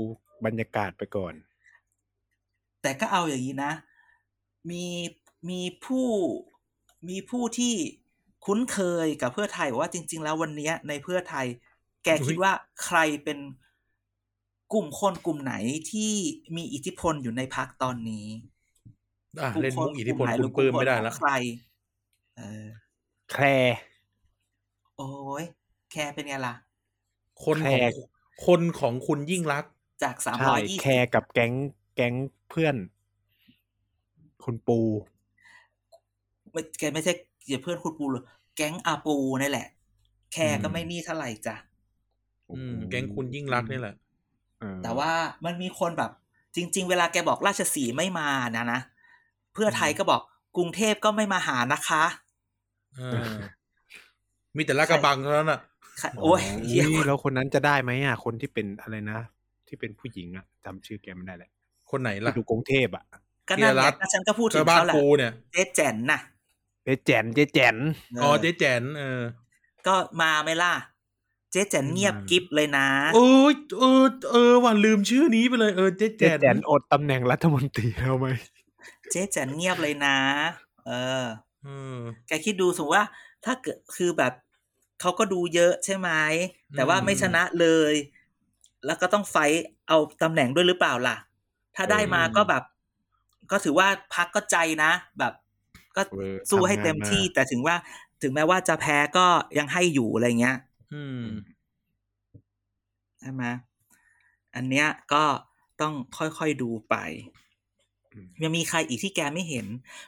S3: บรรยากาศไปก่อน
S2: แต่ก็เอาอย่างนี้นะ มีมีผู้มีผู้ที่คุ้นเคยกับเพื่อไทยบอกว่าจริง ๆ แล้ววันเนี้ยในเพื่อไทย แกคิดว่าใครเป็นกลุ่มคนกลุ่มไหนที่มีอิทธิพลอยู่ในพักตอนนี้
S1: อ่ะ
S2: ลุ่
S1: เล่น
S2: ค
S1: มุกอิทธิพล
S2: ไห
S1: คุณปลื้ม
S2: ห
S1: ไม่
S2: รือ
S1: ได้
S2: ก
S1: ละ
S2: ของใคร เออ
S3: แคลร์
S2: โอ้ยแคร์เป็นไงล่ะ
S1: คนของ
S3: แขก
S1: คนของคุณยิ่งรักษณ์
S2: จากสาม
S3: ใช่
S2: ร้อยยี่
S3: แค
S2: สิบ
S3: ร์กับแก๊งแก๊งเพื่อน คุณปู
S2: ไม่แกไม่ใช่อย่าเพื่อนคุณปูหรอกแก๊งอาปูนี่แหละ แคร์ก็ไม่นี่เท่าไหร่จ้ะ
S1: อืมแก๊งคุณยิ่งรักษณ์นี่แหละ
S3: เออ
S2: แต่ว่ามันมีคนแบบ จริง ๆ เวลาแกบอกราชสีห์ไม่มานะนะ เพื่อไทยก็บอกกรุงเทพก็ไม่มาหานะคะ
S1: เออ มีแต่ลาดกระบังเท่านั้นอ่ะ
S2: ค่ะโอ้ยเหี้ย
S3: อุ๊ยแล้วคนนั้นจะได้ไหมอ่ะ คนที่เป็นอะไรนะ ที่เป็นผู้หญิงอ่ะจำชื่อแกไม่ได้แล้ว
S1: คนไหน
S3: ที่
S1: ล่ะ
S3: อยู่กรุงเทพอ่ะ
S2: ก็นั่นแห
S1: เกียรติรั
S2: ละ
S1: ตน์
S2: ก็ฉันก็พูดถึ
S1: เจ้าง บ้าน
S2: เขาแหละ
S1: กูเนี่ย
S2: เจ๊แจ๋นน่ะ
S3: เจ๊แจนเจ๊แจน
S1: อ๋อเจ๊แจนเออ
S2: ก็มาไหม่ล่ะ เจ๊แจ๋นเงียบ
S3: อืม
S2: กริบเลยนะ
S1: โอ้ยเออเออว่ะลืมชื่อนี้ไปเลยเออเจ๊แจ
S3: เจ๊
S1: น
S3: แจนอดตำแหน่งรัฐมนตรีแล้วไหม
S2: เจ๊แจ๋นเงียบเลยนะ เออ
S1: เออ
S2: แกคิดดูสมมติว่า ถ้าเกิดคือแบบเขาก็ดูเยอะใช่ไหมแต่ว่า
S1: อืม
S2: ไม่ชนะเลย แล้วก็ต้องไฟท์เอาตำแหน่งด้วยหรือเปล่าล่ะ ถ้าได้มาก็แบบ ก็ถือว่าพักก็ใจนะ แบบ ก็
S3: เออ
S2: สู้ให้
S3: ำงาน
S2: เต็มา ที่ แต่ถึงว่าถึงแม้ว่าจะแพ้ก็ยังให้อยู่อะไรเงี้ย
S1: อืม
S2: ใช่ไหมอันเนี้ยก็ต้องค่อยๆดูไป
S3: อืม
S2: ยังมีใครอีกที่แกไม่เห็น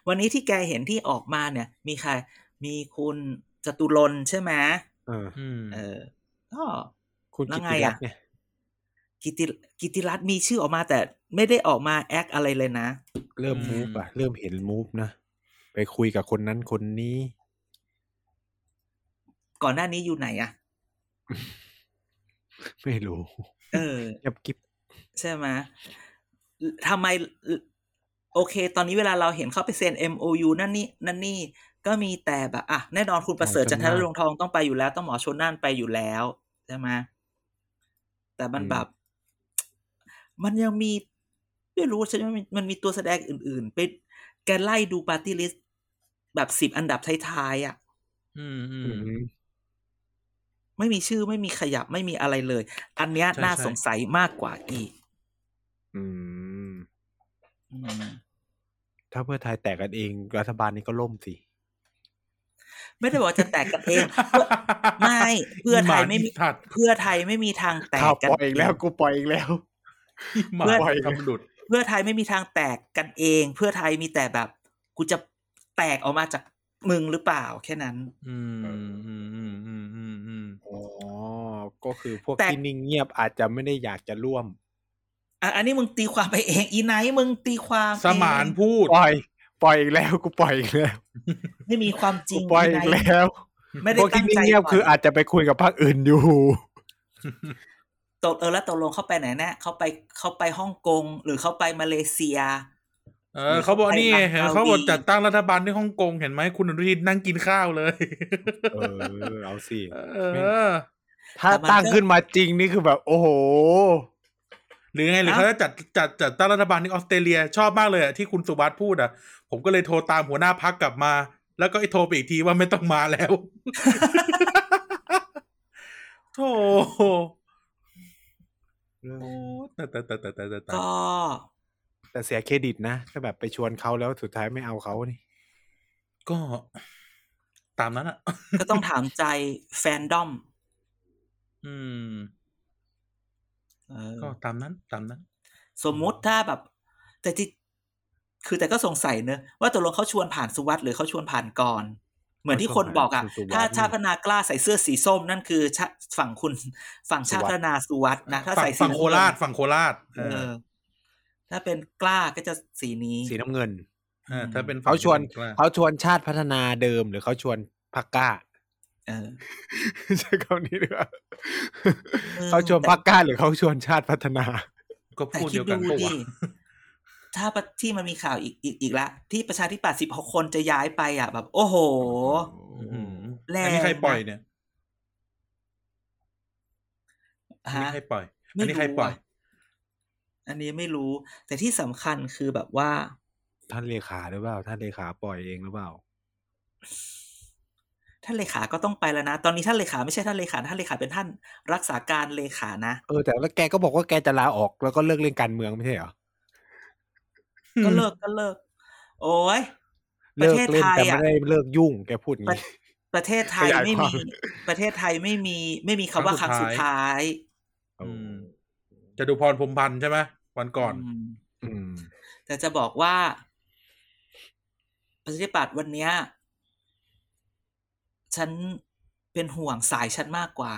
S2: วันนี้ที่แกเห็นที่ออกมาเนี่ย มีใคร มีคุณจตุรนต์ใช่ไหม
S3: เออ
S1: อืม
S2: เออ ก็
S3: คุณ
S2: แล้ว
S3: กิ
S2: ไง
S3: ติ
S2: อะ
S3: รัตน์เนี่ย
S2: กิติกิติรัตน์มีชื่อออกมาแต่ไม่ได้ออกมาแอคอะไรเลยนะ
S3: เริ่มมูฟอะเริ่มเห็นมูฟนะ ไปคุยกับคนนั้นคนนี้ *laughs*
S2: ก่อนหน้านี้อยู่ไหนอะ
S3: ไม่รู้
S2: เออ
S3: ยับกิ๊บ
S2: ใช่ไหมทำไม โอเค ตอนนี้เวลาเราเห็นเขาไปเซ็น MOU นั่นนี่นั่นนี่ ก็มีแต่แบบอ่ะแน่นอนคุณประเสริฐจันทรลวงทองต้องไปอยู่แล้ว ต้องหมอชนน่านไปอยู่แล้วใช่ไหมแต่มันแบบ มันยังมี ไม่รู้ฉันว่ามันมันมีตัวแสดงอื่นๆไปแกไล่ดูปาร์ตี้ลิสต์แบบสิบอันดับท้ายๆอ่ะ
S1: อืมอื
S3: อื
S1: ม
S3: ม
S2: ไม่มีชื่อไม่มีขยับไม่มีอะไรเลย อันเนี้ย
S1: ใช่
S2: น่า
S1: ใช่
S2: สงสัยมากกว่าอีก
S3: อืม
S2: อืม
S3: ถ้าเพื่อไทยแตกกันเองรัฐบาลนี้ก็ล่มสิ
S2: ไม่ได้บอกว่าจะแตกกันเอง *laughs* ไม่เพื่อไทยไม่มี
S1: หาที่ถัด
S2: เพื่อไทยไม่มีทางแตก
S3: ข้าว
S2: กั
S3: ป
S2: น
S3: ล่อยอีกแล้ว กูปล่อยอีกแล้ว
S1: หมา
S3: เพื่อ
S1: ปล่อยทำหลุด
S2: เพื่อไทยไม่มีทางแตกกันเอง เพื่อไทยมีแต่แบบ กูจะแตกออกมาจากมึงหรือเปล่าแค่นั้น
S1: อืมอืมอืมอืมอืมอืม
S3: อ๋อ ก็คือพวก
S2: แตก
S3: ที่นิ่งเงียบอาจจะไม่ได้อยากจะร่วม
S2: อ่ะอันนี้มึงตีความไปเองอีไนท์มึงตีความเอง
S1: สมานพูด
S3: ปล่อย ปล่อยอีกแล้ว กูปล่อยอีกแล้ว
S2: ไม่มีความจริ
S3: กู
S2: ง
S3: ปล่อย
S2: อี
S3: อี
S2: ไน
S3: ก
S2: ท์
S3: แล้ว
S2: ไม่ได้
S3: พวก
S2: ตั้
S3: ที่
S2: ง
S3: นิ่
S2: ใจ
S3: งเงียบคือ
S2: ก่
S3: อาจจะไปคุยกับพรรคอื่นอยู่
S2: ตกเออแล้วตกลงเข้าไปไหนแน่เขาไปเขาไปฮ่องกงหรือเขาไปมาเลเซีย
S1: เออเขาบอกนี่
S2: ไป
S1: เห็น
S2: มาเกาหลี
S1: เขาบอกจัดตั้งรัฐบาลที่ฮ่องกงเห็นไหมคุณอนุทินนั่งกินข้าวเลย *laughs*
S3: เออ เอาสิ
S1: เอ
S3: แม่ง
S1: อ
S3: ถ้า
S2: แต่มันก็
S3: ตั้งขึ้นมาจริงนี่คือแบบ โอ้โห
S1: หรือไงหรือ
S2: เอ้า
S1: เขาจะจัดจัดจัดตั้งรัฐบาลที่ออสเตรเลียชอบมากเลยอะที่คุณสุวัสด์พูดอ่ะ ผมก็เลยโทรตามหัวหน้าพักกลับมา แล้วก็ไอโทรไปอีกทีว่าไม่ต้องมาแล้ว *laughs* โธ่แต่แต่แต่แต่แต่แต่
S2: ก็
S3: แต่เสียเครดิตนะ ถ้าแบบไปชวนเขาแล้วสุดท้ายไม่เอาเขานี่
S1: ก็ตามนั้นอ่ะ
S2: ก็ต้องถามใจแฟนดอม
S1: อืม
S2: เออ
S1: ก็ตามนั้นตามนั้น
S2: สมมุติถ้าแบบ แต่ที่คือแต่ก็สงสัยเนอะว่าตกลงเขาชวนผ่านสุวัสด์หรือเขาชวนผ่านก่อน เหมือนที่คนบอกอะ
S3: เขาชวนผ่าน
S2: ถ้า
S3: สุวัสดิ์
S2: ชาติพัฒนากล้าใส่เสื้อสีส้มนั่นคือชาฝั่งคุณฝั่ง
S3: สุ
S2: ชา
S3: วั
S2: ติพัฒ
S3: สดิ์
S2: นาสุวัสด์นะถ้า
S1: ฝั่ง
S2: ใส่สี
S1: ฝั่งโคราชฝั่งโคราช
S2: เอ
S1: เออ
S2: อ ถ้ ถ้าเป็นกล้าก็จะสีนี้
S3: สีน้ำเงิน
S1: อ่าถ้าเป็นฝั่ง
S3: เขาชวน
S1: ที่เป็นกล้า
S3: เขาชวนชาติพัฒนาเดิม หรือเขาชวนพักก้า *laughs*
S2: เออ
S3: ใช้คำนี้ดีกว่า
S2: เออ
S3: เขาชวนพักก้าหรือเขาชวนชาติพัฒนา
S1: ก็
S2: แต่
S1: พูด
S2: คิ
S1: เดี
S2: ด
S1: ยวกัน
S2: ดู
S1: ปะ
S2: ดิ
S1: วะ
S2: ถ้าที่มันมีข่าวอีกอีกอีกละ ที่ประชาธิปัตย์สิบหกคนจะย้ายไปอ่ะ แบบ โอ้โห
S1: อื้อหือ
S2: แรง
S1: อันนี้ใครปล่อยเนี่ยอัน
S2: ฮะ
S1: นี้ใครปล่อย
S2: ไม่
S1: อันนี้ใคร
S2: รู้
S1: ปล่อย
S2: อะ อันนี้ไม่รู้ แต่ที่สำคัญคือแบบว่า
S3: ท่านเลขาหรือเปล่า ท่านเลขาปล่อยเองหรือเปล่า
S2: ท่านเลขาก็ต้องไปแล้วนะ ตอนนี้ท่านเลขาไม่ใช่ท่านเลขานะท่านเลขาเป็นท่านรักษาการเลขานะ
S3: เออแต่แล้วแกก็บอกว่าแกจะลาออกแล้วก็เลิกเล่นการเมืองไม่ใช่เหรอ
S2: ก็เลิกก็เลิก โอ้ย ป
S3: เลิ
S2: ระ
S3: ก
S2: เทศ
S3: เล่น
S2: ไทย
S3: แต่
S2: อ่ะ
S3: ไม่ได้เลิกยุ่งแกพูดอย่าง
S2: ประ
S3: นี้
S2: ประเทศไทย
S3: ขยาย
S2: ไม่
S3: ความ
S2: มี ประเทศไทยไม่มี ไม่มีคำว่า
S1: ค
S2: ค
S1: รั้
S2: รั้ง
S1: งสุ
S2: สุ
S1: ด
S2: ด
S1: ท้าย
S2: ท้าย
S1: อืม จะดูพรพรหมพันธ์ใช่ไหมวันก่อน
S2: ม
S3: อืม
S2: แต่จะบอกว่า ประชาธิปัตย์วันเนี้ย ฉันเป็นห่วงสายฉันมากกว่า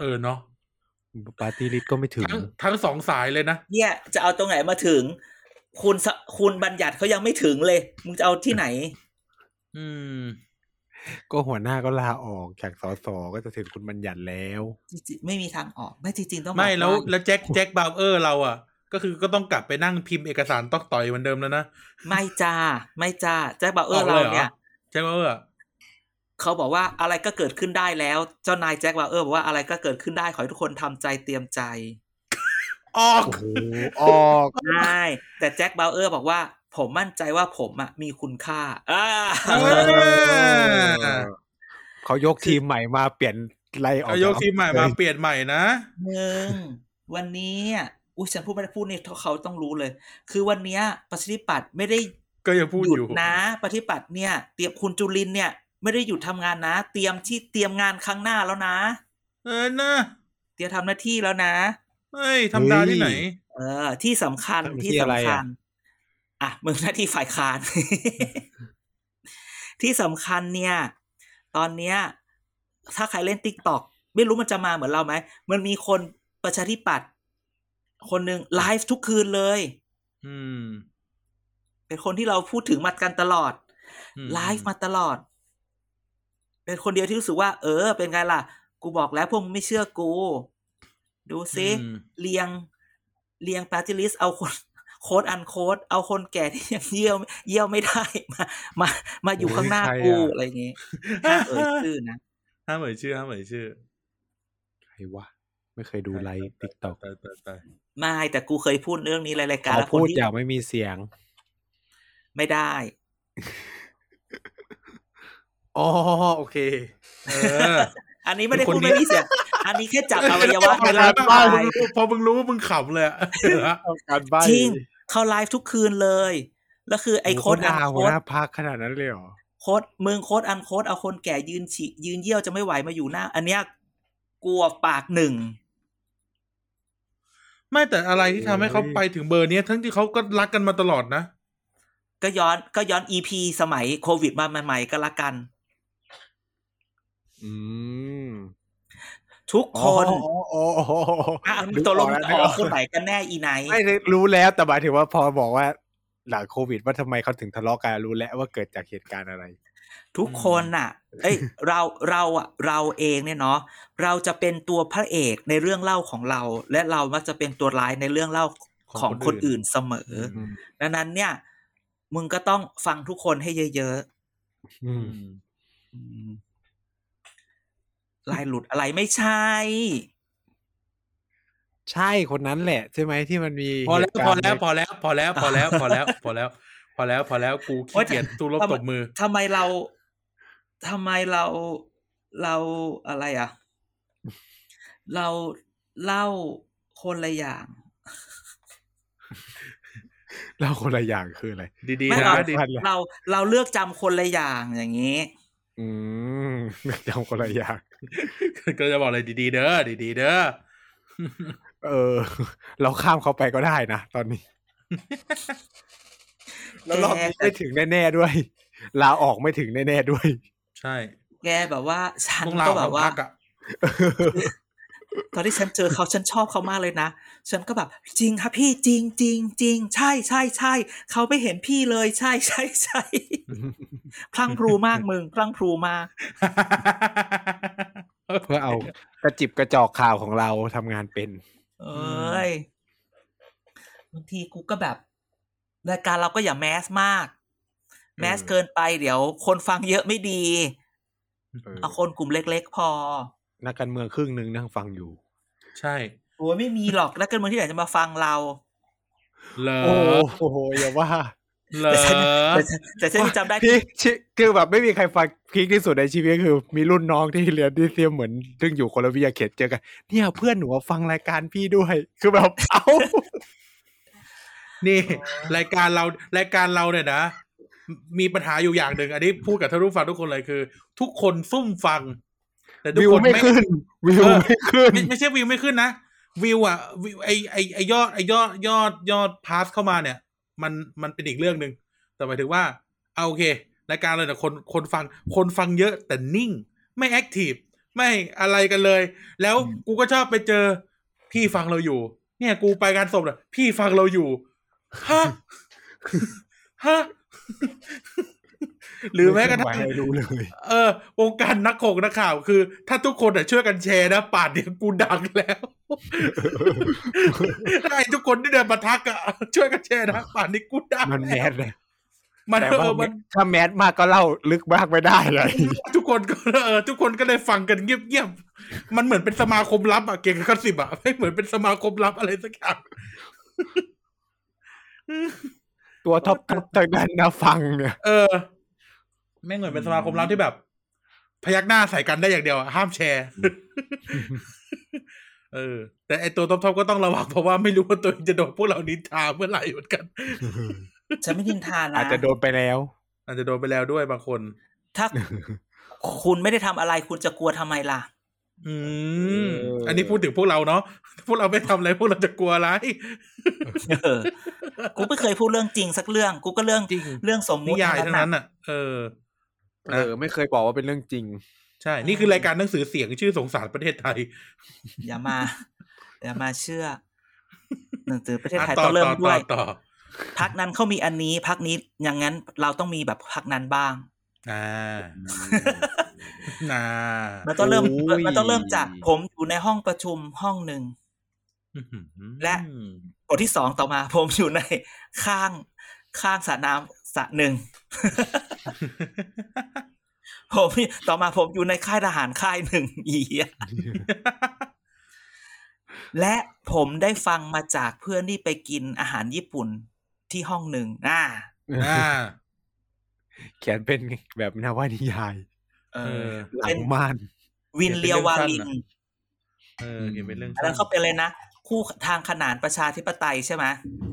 S1: เออเนาะ
S3: ปาร์ตี้ลิสต์ก็ไม่ถึง
S1: ทั้งทั้งสองสายเลยนะ
S2: เนี่ยจะเอาตรงไหนมาถึง คุณสคุณบัญญัติเขายังไม่ถึงเลย มึงจะเอาที่ไหน
S1: อืม
S3: ก็หัวหน้าก็ลาออกจากสสก็จะถึงคุณบัญญัติแล้ว
S2: จริงๆไม่มีทางออก ไม่จริงๆต้องบอก
S1: ไม่แล้ว
S2: า
S1: แล้วแจ็คแจ็คบาวเออร์เราอ่ะ ก็คือก็ต้องกลับไปนั่งพิมพ์เอกสารตอกต่อยเหมือนเดิมแล้วนะ
S2: ไม่จ้า ไม่จ้าแจ็คบาวเออร์
S1: กล
S2: เรา
S1: ห
S2: เนี่ย
S1: แจ็คบาวเออร์อะ
S2: เขาบอกว่าอะไรก็เกิดขึ้นได้แล้ว เจ้านายแจ็คบาวเออร์บอกว่าอะไรก็เกิดขึ้นได้ขอให้ทุกคนทำใจเตรียมใจ
S1: ออก
S3: โอ้โหออก
S2: ใช่แต่แจ็คบาวเออร์บอกว่า ผมมั่นใจว่าผมอะมีคุณค่าอ่า
S1: เออ
S3: เขายกทีมใหม่มาเปลี่ยนไล่ออก
S1: เอายกทีมใหม่มาเปลี่ยนใหม่นะ
S2: มึงวันนี้อะอุ้ยฉันพูดไม่ได้พูดนี่เขาต้องรู้เลย คือวันเนี้ยประชาธิปัตย์ไม่ได้
S1: ก็ยังพูด
S2: หยุ
S1: อ
S2: ด
S1: ยู่
S2: นะปฏิบัติเนี่ย เตรียมคุณจุลินเนี่ย ไม่ได้หยุดทำงานนะ เตรียมที่เตรียมงานครั้งหน้าแล้วนะ
S1: เออนะ
S2: เตรียมทำหน้าที่แล้วนะ
S1: เฮ้ยทำดาที่ไหน
S2: เออ ที่สำคัญ
S3: ทำหน้าที่
S2: ที่สำ
S3: อะไร
S2: คั
S3: อ่ะ
S2: ญอ่ะมึงหน้าที่ฝ่ายค้าน *laughs* ที่สำคัญเนี่ย ตอนเนี้ย ถ้าใครเล่นติ๊กต็อกไม่รู้มันจะมาเหมือนเราไหมมันมีคนประชาธิปัตย์คนหนึ่งไลฟ์ทุกคืนเลย
S1: อืม
S2: เป็นคนที่เราพูดถึงมากันตลอด
S1: อืม
S2: ไลฟ์มาตลอด เป็นคนเดียวที่รู้สึกว่า เออ เป็นไงล่ะ กูบอกแล้วพวกมึงไม่เชื่อกู ดูซิ
S1: อืม
S2: เรียง เรียงปาร์ติลิสเอาคน *laughs* โค้ดอันโค้ดเอาคนแก่ที่ยังเยี่ยวเยี่ยวไม่ได้ *laughs* มามามาอยู่ข้างหน้า
S3: โอ้ยใคร
S2: กู
S3: อ่ะ
S2: อะไรอย่างงี้ห้ามเอ่ยชื่อนะ
S1: ห้ามเอ่ยชื่อห้ามเอ่ยชื่อ
S3: ใครวะไม่เคยดูไลฟ์ติ๊กต็อก
S1: ตายตายตาย
S2: ไม่แต่กูเคยพูดเรื่องนี้ในรายการ
S3: เขา
S2: แล้วค
S3: พู
S2: น
S3: ด
S2: ที่
S3: อย่างไม่มีเสียง
S2: ไม่ได้
S3: อ๋อโอเค
S1: เออ
S2: อันนี้ไม่ได้
S3: คน
S2: พูด
S3: นี้
S2: ไม่มีเสียงอันนี้แค่จับอวัยวะเป็นร่างา
S1: บ้าก
S2: ย
S1: พอมึงรู้ว่ามึงขำเลยอะ
S3: เอาการใบ้
S2: จริง เขาไลฟ์ทุกคืนเลย แล้วคือไอ้โค้ดอั
S3: ดาน หั
S2: โค้
S3: วห
S2: ด
S3: น้าพักขนาดนั้นเลยเหรอ
S2: โค้ดมึงโค้ดอันโค้ดเอาคนแก่ยืนฉียืนเยี่ยวจะไม่ไหวมาอยู่หน้า อันเนี้ยกลัวปากหนึ่ง
S1: ไม่แต่อะไรที่ทำให้เขาไปถึงเบอร์เนี้ยทั้งที่เขาก็รักกันมาตลอดนะ
S2: ก็ย้อนก็ย้อนอีพีสมัยโควิดมาใหม่ๆก็ละกัน
S3: อืม
S2: ทุกคน
S3: อ๋ออ๋ออ๋ออ๋ออ๋
S2: อ่ะ
S3: อนึก
S2: ตกลง
S3: ออก
S2: จะ
S3: แนึ
S2: อ
S3: กอ
S2: อ
S3: อก ก
S2: คนไหนกันแน่อีไหน
S3: ไม่ได้รู้แล้วแต่หมายถึงว่าพอบอกว่า หลังโควิดว่าทำไมเขาถึงทะเลาะกันรู้แล้วว่าเกิดจากเหตุการณ์อะไร
S2: ทุกคนน่ะ เอ้ยเราเราอ่ะเราเองเนี่ยเนาะเราจะเป็นตัวพระเอกในเรื่องเล่าของเรา และเรามักจะเป็นตัวร้ายในเรื่องเล่า
S1: ข
S2: ข
S1: อ
S2: อง ง
S1: ค
S2: คน น
S1: อื่
S2: อื่
S1: น
S2: นเสมออดังนั้นเนี่ย มึงก็ต้องฟังทุกคนให้เยอะๆ
S3: อืม
S2: อืมลายหลุดอะไรไม่ใช่
S3: ใช่คนนั้นแหละ ใช่ไหมที่มันมี
S1: พอแล้ว
S3: เหตุ
S1: พ
S3: กา
S1: อ
S3: รณ์
S1: แล้วพอแล้วพอแล้วพอแล้วพอแล้วพอแล้วพอแล้วพอแล้วกูขี้เกียจสู้รบตบมือ
S2: ทำไมเราทำไมเราเราอะไรอ่ะ เราเล่าคนละอย่าง
S3: เราคนละอย่างคืออะไร
S1: ดี
S2: ไม่
S1: ๆนะ
S2: เอา
S1: ดี
S3: พันเลย
S2: เราเราเลือกจำคนละอย่างอย่างนี้
S3: อืม *laughs* จำคนละอย่าง
S1: ก็จะบอกเลยดีๆ เด้อดีๆ เด้อ
S3: เอ *laughs* อ เราข้ามเขาไปก็ได้นะตอนนี้ *laughs* แล้วรอบนี้ไม่ถึงแน่ๆด้วยลาออกไม่ถึงแน่ๆด้วย *laughs*
S1: ใช่
S2: แกแบบว่า ฉัน
S1: พวกเรา
S2: ก็แบ
S1: แบ
S2: บ บ
S1: ว่า
S2: ว่า
S1: อะ
S2: ตอนที่ฉันเจอเขาฉั *laughs* นชอบเขามากเลยนะ ฉันก็แบบจริงครับพี่จริงจริงจริงใช่ใช่ใช่เขาไม่เห็นพี่เลยใช่ใช่ใช่ *laughs* พลังพรูมากมึงพลังพรูมาก
S3: เพื่อเอากระจิบกระจอกข่าวของเราทำงานเป็น
S2: เอ้ยบางทีกูก็แบบรายการเราก็อย่าแมสมาก แมส
S1: อืม
S2: เกินไปเดี๋ยว คนฟังเยอะไม่ดี เอาคนกลุ่มเล็ก ๆ พอ
S3: นักการเมืองครึ่งหนึ่งนั่งฟังอยู่
S1: ใช่
S2: โอ้ยไม่มีหรอกนักการเมืองที่ไหนจะมาฟังเรา
S1: เหรอ
S3: โอ้โหอย่าว่า
S1: เหรอ
S2: แต่ฉันแต่ฉันยังจำได้
S3: พี่ชิคือแบบไม่มีใครฟังพีคที่สุดในชีวิตคือ มีรุ่นน้องที่เรียนที่เซียมเหมือนซึ่งอยู่โคลอมเบียเขตเจอกันเนี่ยเพื่อนหนูอะฟังรายการพี่ด้วย คือแบบเอ้า
S1: นี่ รายการเรารายการเราเนี่ยนะ มีปัญหาอยู่อย่างหนึ่งอันนี้พูดกับท่านผู้ฟังทุกคนเลยคือ ทุกคนซุ่มฟัง แต่ทุก
S3: วิว
S1: คน
S3: ไม่
S1: ไม่
S3: ขึ้น วิวไม่ขึ้น
S1: ไม่ไม่ใช่วิวไม่ขึ้นนะ วิวอ่ะวิวไอไอไอยอดไอยอดยอดยอดพาสเข้ามาเนี่ย มันมันเป็นอีกเรื่องหนึ่งแต่หมายถึงว่าเอาโอเครายการเลยแต่คนคนฟังคนฟังเยอะแต่นิ่ง ไม่แอคทีฟไม่อะไรกันเลย แล้วกูก็ชอบไปเจอ พี่ฟังเราอยู่ เนี่ยกูไปงานศพน่ะพี่ฟังเราอยู่ฮะ *laughs* ฮะ หรือแม้กระทั่ง
S3: ไรู้เลย
S1: เออวงการนักข่งนักข่าวคือ ถ้าทุกคนน่ะช่วยกันแชร์นะป่านเนี่ยกูดังแล้ว *laughs* ถ้าไอ้ทุกคนที่เดินมาทักอะช่วยกันแชร์นะป่านนี้กูดัง
S3: มันแม
S1: ล้ว
S3: สเลย *laughs*
S1: มัน
S3: แต่
S1: เอ
S3: ว่า
S1: อมัน
S3: ถ้าแมสมากก็เล่าลึกมากไม่ได้เลย *laughs*
S1: ทุกคนก็เออทุกคนก็เลยฟังกันเงียบๆมันเหมือนเป็นสมาคมลับอะเก่งกับสิบอะไม่เหมือนเป็นสมาคมลับอะไรสักอย่าง
S3: ตัวท็อปท็อปทางด้านนะฟังเนี่ย *laughs*
S1: เออแม่งเหมือนเป็นสมาคมลับที่แบบ พยักหน้าใส่กันได้อย่างเดียวอะห้ามแชร์ *laughs* เออแต่ไอตัวท็อปๆก็ต้องระวังเพราะว่าไม่รู้ว่าตัวเองจะโดนพวกเรานินทาเมื่อไหร่เหมือนกัน
S2: ฉันไม่นินทานะ
S3: อาจจะโดนไปแล้ว
S1: อาจจะโดนไปแล้วด้วยบางคน
S2: ถ้าคุณไม่ได้ทำอะไรคุณจะกลัวทำไมล่ะ
S1: อืม
S3: เอออั
S1: อันนี้พูดถึงพวกเราเนาะพวกเราไม่ทำอะไรพวกเราจะกลัวอะไร
S2: เออกูไม่เคยพูดเรื่องจริงสักเรื่อง กูก็เรื่อง
S1: จริง
S2: เรื่องสมมุ
S1: นิ
S2: ติ
S1: ยายทั้งนั้น
S2: น่ะ
S1: อ่ะ เออ
S3: เออ ไม่เคยบอกว่าเป็นเรื่องจริง
S1: ใช่ นี่คือรายการหนังสือเสียงชื่อสงสารประเทศไทย
S2: อย่ามา อย่ามาเชื่อหนังสือประเทศ
S1: อ่ะ
S2: ไทย
S1: ต่อ
S2: ต้องเริ่
S1: ต่
S2: ม
S1: อ
S2: ด้
S1: ต่
S2: ว
S1: อย ต่อ
S2: พักนั้นเขามีอันนี้พักนี้อย่างนั้นเราต้องมีแบบพักนั้นบ้าง
S1: อ่าน่า
S2: มันต้องเริ่ม
S3: โอ้ย
S2: มันต้องเริ่มจากผมอยู่ในห้องประชุมห้องหนึ่ง
S1: อื้อหือ
S2: และ บทที่สองต่อมา ผมอยู่ในข้างข้างสระน้ำสระหนึ่ง ผมต่อมาผมอยู่ในค่ายทหารค่ายหนึ่งอียและผมได้ฟังมาจากเพื่อนที่ไปกินอาหารญี่ปุ่นที่ห้องหนึ่งอ่า
S1: อ่า
S3: *laughs* เขียนเป็นแบบนวนิยาย
S2: เอ
S1: เอ
S2: อ
S1: อ
S3: หลั
S2: เป็น
S3: งม่าน
S2: วินเลียววาลิน
S1: เออเห็นเป็นเรื่อง
S2: อันนั้นเขาเป็นเลยนะ คู่ทางขนานประชาธิปไตยใช่ไหม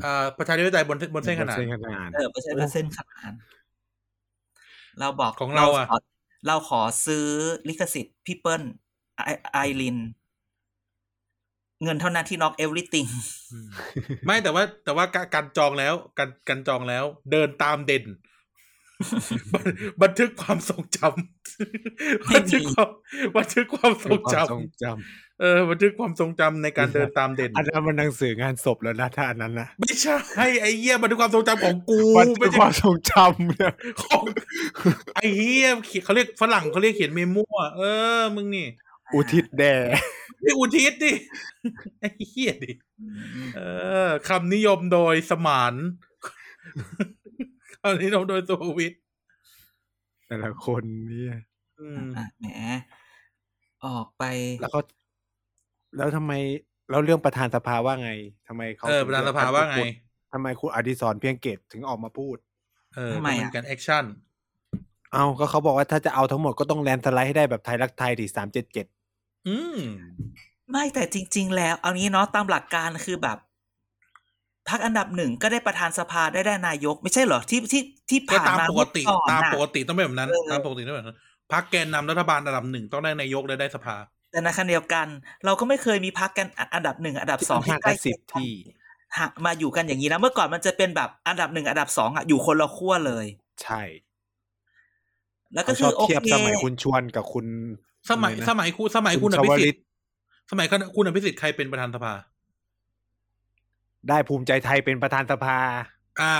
S1: อ่าประชาธิปไตยบนบนเส้นขนาด
S3: เส้นขนาด
S2: เออประชาธิปไตยเส้นขนาน เราบอก
S1: ของเราอะ
S2: ขเราขอซื้อลิขสิทธิ์พี่เปิ้ลไอไอริน เงินเท่านั้นที่น็อกเอเวอร์ติง
S1: อืมไม่แต่ว่าแต่ว่าการการจองแล้วการการจองแล้ว เดินตามเด่น *laughs* บันบันทึกความทรงจำบันทึกความบันทึกความท
S3: เป็
S1: ร
S3: น
S1: ง
S3: ควา
S1: จ
S3: มทรงจ
S1: ำเออบันทึกความทรงจำในการเดินตามเด่น
S3: ำอันนั้นมันหนังสืองานศพแล้วนะถ้าอันนั้นนะ
S1: ไม่ใช่ไอ้เหี้ยบันทึกความทรงจำของกู
S3: มันเป็
S1: ไม่
S3: น
S1: ใช่
S3: ความทรงจำเนี่ย
S1: ของ *laughs* ไอ้เหี้ยเขียนเขาเรียกฝรั่งเขาเรียกเขียนเมโมัวร์เออมึงนี่
S3: อุทิศแด่
S1: นี่ *laughs* อุทิศดิไอ้เหี้ยดิ เออคำนิยมโดยสมาน *laughs* คำนิยมโดยสุวิทย์
S3: แต่ละคนเนี่ย
S1: *laughs* อืม
S2: แหมออกไป
S3: แล้วก็ แล้วทำไมแล้วเรื่องประธานสภาว่าไงทำไมเขา
S1: เออ ประธานสภาว่าไง
S3: ทำไมคุณอดิศรเพียงเกตถึงออกมาพูด
S1: เออ
S2: ทำไมอะ
S1: ก็เป็นการแอคชั่น
S3: เอาก็เขาบอกว่าถ้าจะเอาทั้งหมดก็ต้องแลนด์สไลด์ให้ได้แบบไทยรักไทยที่สามเจ็ดเจ็ด
S1: อืม
S2: ไม่แต่จริง ๆ แล้ว เอางี้เนาะตามหลักการคือแบบพักอันดับหนึ่งก็ได้ประธานสภาได้ได้นายก ไม่ใช่เหรอที่ที่ที่
S1: ก็
S2: ผ่าน
S1: ตาม
S2: มา
S1: ปกติ
S2: เมื่ออน
S1: ตาม
S2: น่ะ
S1: ปกติต้องเป็นแบบนั้น
S2: เออ
S1: ตามปกติต้องเป็นแบบนั้นพรรคแกนนำรัฐบาลอันดับหนึ่งต้องได้นายกและได้สภา
S2: แต่ในขณะเดียวกัน เราก็ไม่เคยมีพักกันอันดับหนึ่งอันดับสอง
S3: ห้า
S2: ที่ใก
S3: กั
S2: ล้
S3: บสิบที่
S2: หะมาอยู่กันอย่างนี้นะเมื่อก่อนมันจะเป็นแบบอันดับหนึ่งอันดับสองอ่ะอยู่คนละขั้วเลย
S3: ใช่
S2: แล้วก็
S3: เขาช
S2: คืออบ โอ
S3: เทียบ
S2: เค
S3: สมัยคุณชวนกับคุณ
S1: สมัย
S3: อะไรนะ
S1: สมัยคุณสมัยคุณ
S3: คุ
S1: อ
S3: ณชว
S1: ภิ
S3: ลิ
S1: สิท
S3: ต
S1: ธิ์ สมัยคุณอภิสิทธิ์ใครเป็นประธานสภา
S3: ได้ภูมิใจไทยเป็นประธานสภา
S1: อ่า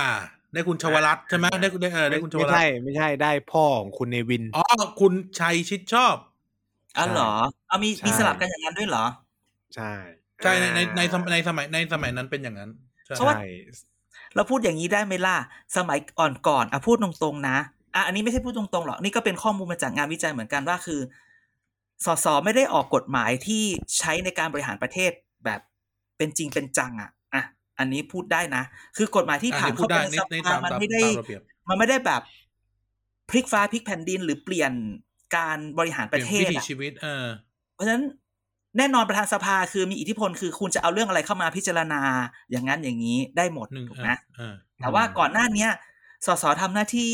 S1: ได้คุณชวรัตน์ใช่ไหมได้ได้เออได้คุณชว
S3: ไม่
S1: รัต
S3: ใช่
S1: น์
S3: ไม่ใช่ได้พ่อของคุณเนวิน
S1: อ๋อคุณชัยชิดชอบ
S2: อ๋อเหรอเอามี
S3: ใช่
S2: มีสลับกันอย่างนั้นด้วยเหรอ
S3: ใช่
S1: ใช่ในในในสมัยในสมัยในสมัยนั้นเป็นอย่างนั้นใช่
S2: เพราะว่า
S3: ใช่
S2: เราพูดอย่างนี้ได้ไหมล่ะ สมัยก่อนก่อนๆอ่ะพูดตรงๆนะอ่ะอันนี้ไม่ใช่พูดตรงๆหรอก นี่ก็เป็นข้อมูลมาจากงานวิจัยเหมือนกันว่าคือ สสไม่ได้ออกกฎหมายที่ใช้ในการบริหารประเทศแบบเป็นจริงเป็นจังอ่ะอ่ะอันนี้พูดได้นะ คือกฎหมายที่
S1: อ่ะ
S2: ผ่าน
S1: นี่พู
S2: เข้า
S1: ด
S2: ไป
S1: ได้
S2: ใน
S1: ใน
S2: ส
S1: ใน
S2: ภา
S1: ตาม
S2: มัน
S1: ตาม
S2: ไม่ได้
S1: ตามระเบียบ
S2: มันไม่ได้แบบพลิกฟ้าพลิกแผ่นดินหรือเปลี่ยนการบริหาร
S1: เป
S2: ประ
S1: ลี่ยน
S2: เทศ
S1: วิถี
S2: อ่ะ
S1: ชีวิต เออ
S2: เพราะฉะนั้นแน่นอนประธานสภาคือมีอิทธิพลคือคุณจะเอาเรื่องอะไรเข้ามาพิจารณาอย่างนั้นอย่างนี้ได้หมด
S1: หนึ่ง
S2: ถูก
S1: อ่ะ
S2: ไหม
S1: อ่า
S2: แต่ว่าก่อนหน้าเนี้ยสสทำหน้าที่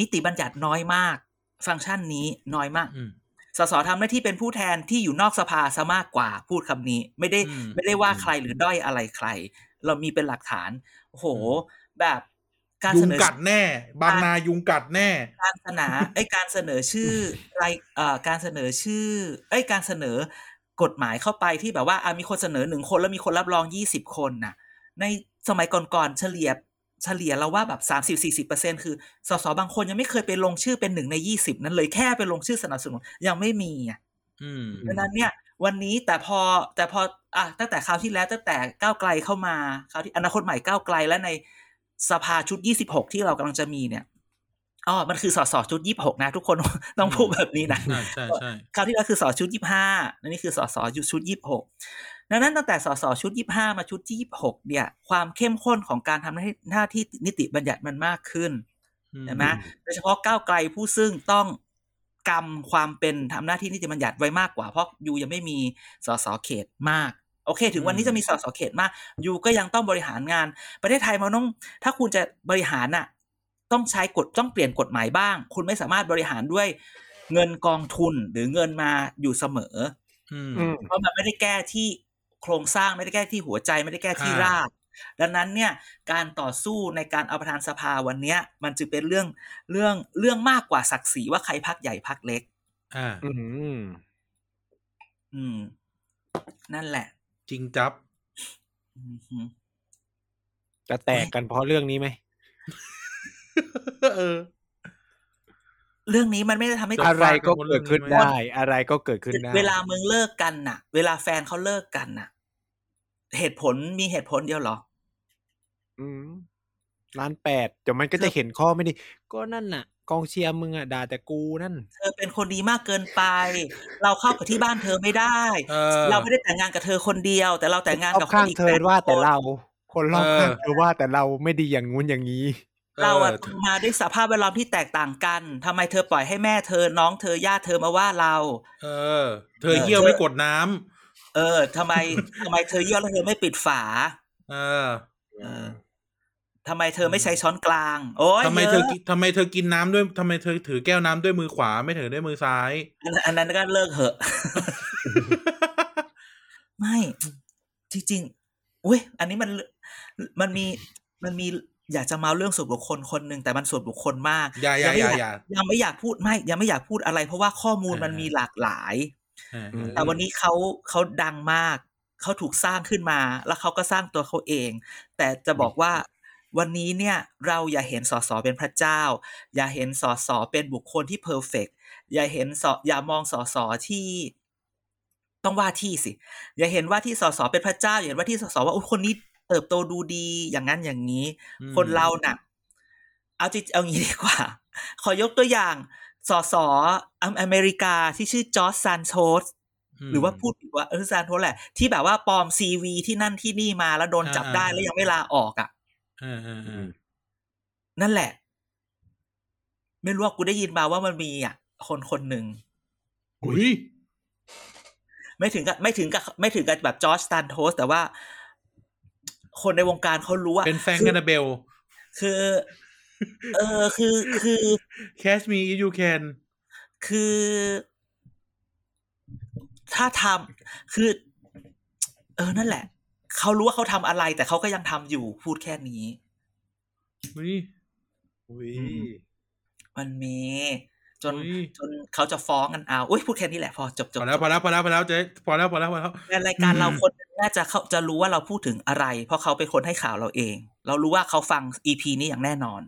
S2: นิติบัญญัติน้อยมาก ฟังก์ชันนี้น้อยมาก
S1: อืม
S2: สสทำหน้าที่เป็นผู้แทนที่อยู่นอกสภาซะมากกว่าพูดคำนี้ ไม่ได้
S1: อืม
S2: ไม่ได้ว่าใครหรือด้อยอะไรใคร เรามีเป็นหลักฐานโอ้โห แบบการ
S1: ยุ
S2: เส
S1: ง
S2: นอ
S1: กัดแน่ บางนายุงกัดแน่
S2: การเสนอไอ้ยการเสนอชื่อรายเอ่อการเสนอชื่อไอ้ยการเสนอกฎหมายเข้าไปที่แบบว่าอ่ะมีคนเสนอหนึ่งคนแล้วมีคนรับรองยี่สิบคนน่ะ ในสมัยก่อนๆเฉลี่ยเฉลี่ยเราว่าแบบสามสิบสี่สิบเปอร์เซ็นคือสสบางคนยังไม่เคยไปลงชื่อเป็นหนึ่งในยี่สิบนั้นเลยแค่ไปลงชื่อสนับสนุนยังไม่มีอ่ะ
S1: อืม
S2: ดังนั้นเนี่ยวันนี้แต่พอแต่พออ่ะตั้งแต่คราวที่แล้วตั้งแต่ก้าวไกลเข้ามาคราวที่อนาคตใหม่ก้าวไกลและในสภาชุด 26 ที่เรากำลังจะมีเนี่ยอ๋อมันคือสสชุด 26 นะ ทุกคน *laughs* ต้องพูดแบบนี้นะ
S1: อ่าใช่ใช่
S2: คราวที่แล้วคือสอชุดยี่ห้าอันนี้คือสอสอชุดยี่หกดังนั้นตั้งแต่สอสอชุดยี่ห้ามาชุดที่ยี่หกเนี่ย ความเข้มข้นของการทำหน้าที่หน้าที่นิติบัญญัติมันมากขึ้น
S1: อื
S2: ใช่ไหมโดยเฉพาะก้าวไกลผู้ซึ่งต้องกำความเป็นทำหน้าที่นิติบัญญัติไว้มากกว่า เพราะยูยังไม่มีสสเขตมาก โอเค ถึงวันนี้จะมีสสเขตมากยูก็ยังต้องบริหารงาน ประเทศไทยมันต้อง ถ้าคุณจะบริหารน่ะ ต้องใช้กฎต้องเปลี่ยนกฎหมายบ้าง คุณไม่สามารถบริหารด้วยเงินกองทุนหรือเงินมาอยู่เสมอ
S1: อืม
S3: อืม
S2: เพราะมันไม่ได้แก้ที่โครงสร้างไม่ได้แก้ที่หัวใจไม่ได้แก้ที่
S1: อ่าร
S2: ราก ดังนั้นเนี่ยการต่อสู้ในการเอาประธานสภาวันเนี้ย มันจึงเป็นเรื่องเรื่องเรื่องมากกว่าศักดิ์ศรีว่าใครพักใหญ่พักเล็ก
S1: อ่า
S3: อืม
S2: อืม นั่นแหละ
S1: จริงจับ
S2: อือหือ
S3: จะแตกกันเพราะเรื่องนี้ไหม
S1: เออ
S2: เรื่องนี้มันไม่ได้ทำให้
S1: จะ
S3: อะไรก็เกิดขึ้นได้ อะไรก็เกิดขึ้นได้
S2: เวลามึงเลิกกันน่ะ เวลาแฟนเขาเลิกกันน่ะ เหตุผลมีเหตุผลเดียวเหรอ
S3: อืมล้านแปดเดี๋ยวมันก็จะเห็นข้อไม่ดีก็นั่นน่ะ กองเชียร์มึงอ่ะด่าแต่กูนั่น
S2: เธอเป็นคนดีมากเกินไป เราเข้ากับที่บ้านเธอไม่ได้
S1: เออ
S2: เราไม่ได้แต่งงานกับเธอคนเดียว แต่เราแต่งงานกับ
S3: รอบข้าง
S2: อีก
S3: เธอว่าแต่
S2: แปดคน
S3: เรา คนรอบข้าง
S1: เออ
S3: เธอว่าแต่เราไม่ดีอย่างงู้นอย่างนี้
S2: เราอะ
S1: ออ
S2: โตมาด้วยสภาพแวดล้อมที่แตกต่างกันทำไมเธอปล่อยให้แม่เธอน้องเธอญาติเธอมาว่าเรา
S1: เออ เธอเยี่ยวไม่กดน้ำ
S2: เออทำไม *laughs* ทำไมเธอเยี่ยวแล้วเธอไม่ปิดฝา
S1: เออ
S2: เออทำไมเธอไม่ใช้ช้อนกลาง โอ้ย
S1: ทำไมเธ
S2: เย
S1: อ
S2: อะ
S1: กินทำไมเธอกินน้ำด้วยทำไมเธอถือแก้วน้ำด้วยมือขวาไม่ถือด้วยมือซ้าย
S2: อันอันนั้นก็เลิกเหอะ ไม่จริงๆอุ้ยอันนี้มันมันมีมันมีอยากจะเมาเรื่องส่วนบุคคลคนหนึ่งแต่มันส่วนบุคคลมาก
S1: อย่าอย่าอย่าอย่า
S2: ยังไม่อยากพูดไม่ยังไม่อยากพูดอะไร เพราะว่าข้อมูลมัน
S1: อ่ามี
S2: มีหลากหลาย
S1: เออ
S3: ม
S2: แต่วันนี้เขาเขาดังมาก เขาถูกสร้างขึ้นมา แล้วเขาก็สร้างตัวเขาเอง แต่จะบอกว่าวันนี้เนี่ยเราอย่าเห็นสสเป็นพระเจ้า อย่าเห็นสสเป็นบุคคลที่เพอร์เฟกอย่าเห็นสอย่ามองสสที่ ต้องว่าที่สิ อย่าเห็นว่าที่สสเป็นพระเจ้าอย่าเห็นว่าที่สสว่าโอ้คนนี้เติบโตดูดีอย่างนั้นอย่างนี้
S1: อืม
S2: คนเราน่ะ เอาจิเอางี้ดีกว่า ขอยกตัวอย่างสสอเมอเมริกาที่ชื่อจอร์จซานโชส
S1: ม
S2: หรือว่าพูดผิดว่าเออซานโทษแหละ ที่แบบว่าปลอมซีวีที่นั่นที่นี่มาแล้วโดนจับได้
S1: อ่า
S2: แล้วยังไม่ลาออกอ่ะ
S1: เออเออเออ
S2: นั่นแหละ ไม่รู้ว่ากูได้ยินมาว่ามันมีอ่ะ คนคนหนึ่ง
S1: อุ้ย
S2: ไม่ถึงกับไม่ถึงกับไม่ถึงกับแบบจอร์จสตันโทสแต่ว่า คนในวงการเขารู้ว่า
S1: เป็นแฟง
S2: คื
S1: กั
S2: อน
S1: นาเบล
S2: คือ เออคือคือ
S1: Catch me if you can
S2: คือถ้าทำคือ เออนั่นแหละ เขารู้ว่าเขาทำอะไร แต่เขาก็ยังทำอยู่พูดแค่นี้
S1: อุ้ย
S3: อุ้ย
S2: มันมี จน
S1: อุ๊ย
S2: จนเขาจะฟ้องกันเอาอุ้ยพูดแค่นี้แหละพอจบจ
S1: พ
S2: บ
S1: อแล้วพอแล้วพอแล้วพอแล้วเจ๊พอแล้วพอแล้วพอแล้ว
S2: ในรายการเรา
S1: อืม
S2: คนน่าจะเขาจะรู้ว่าเราพูดถึงอะไร เพราะเขาเป็นคนให้ข่าวเราเอง เรารู้ว่าเขาฟังอีพีนี้อย่างแน่นอน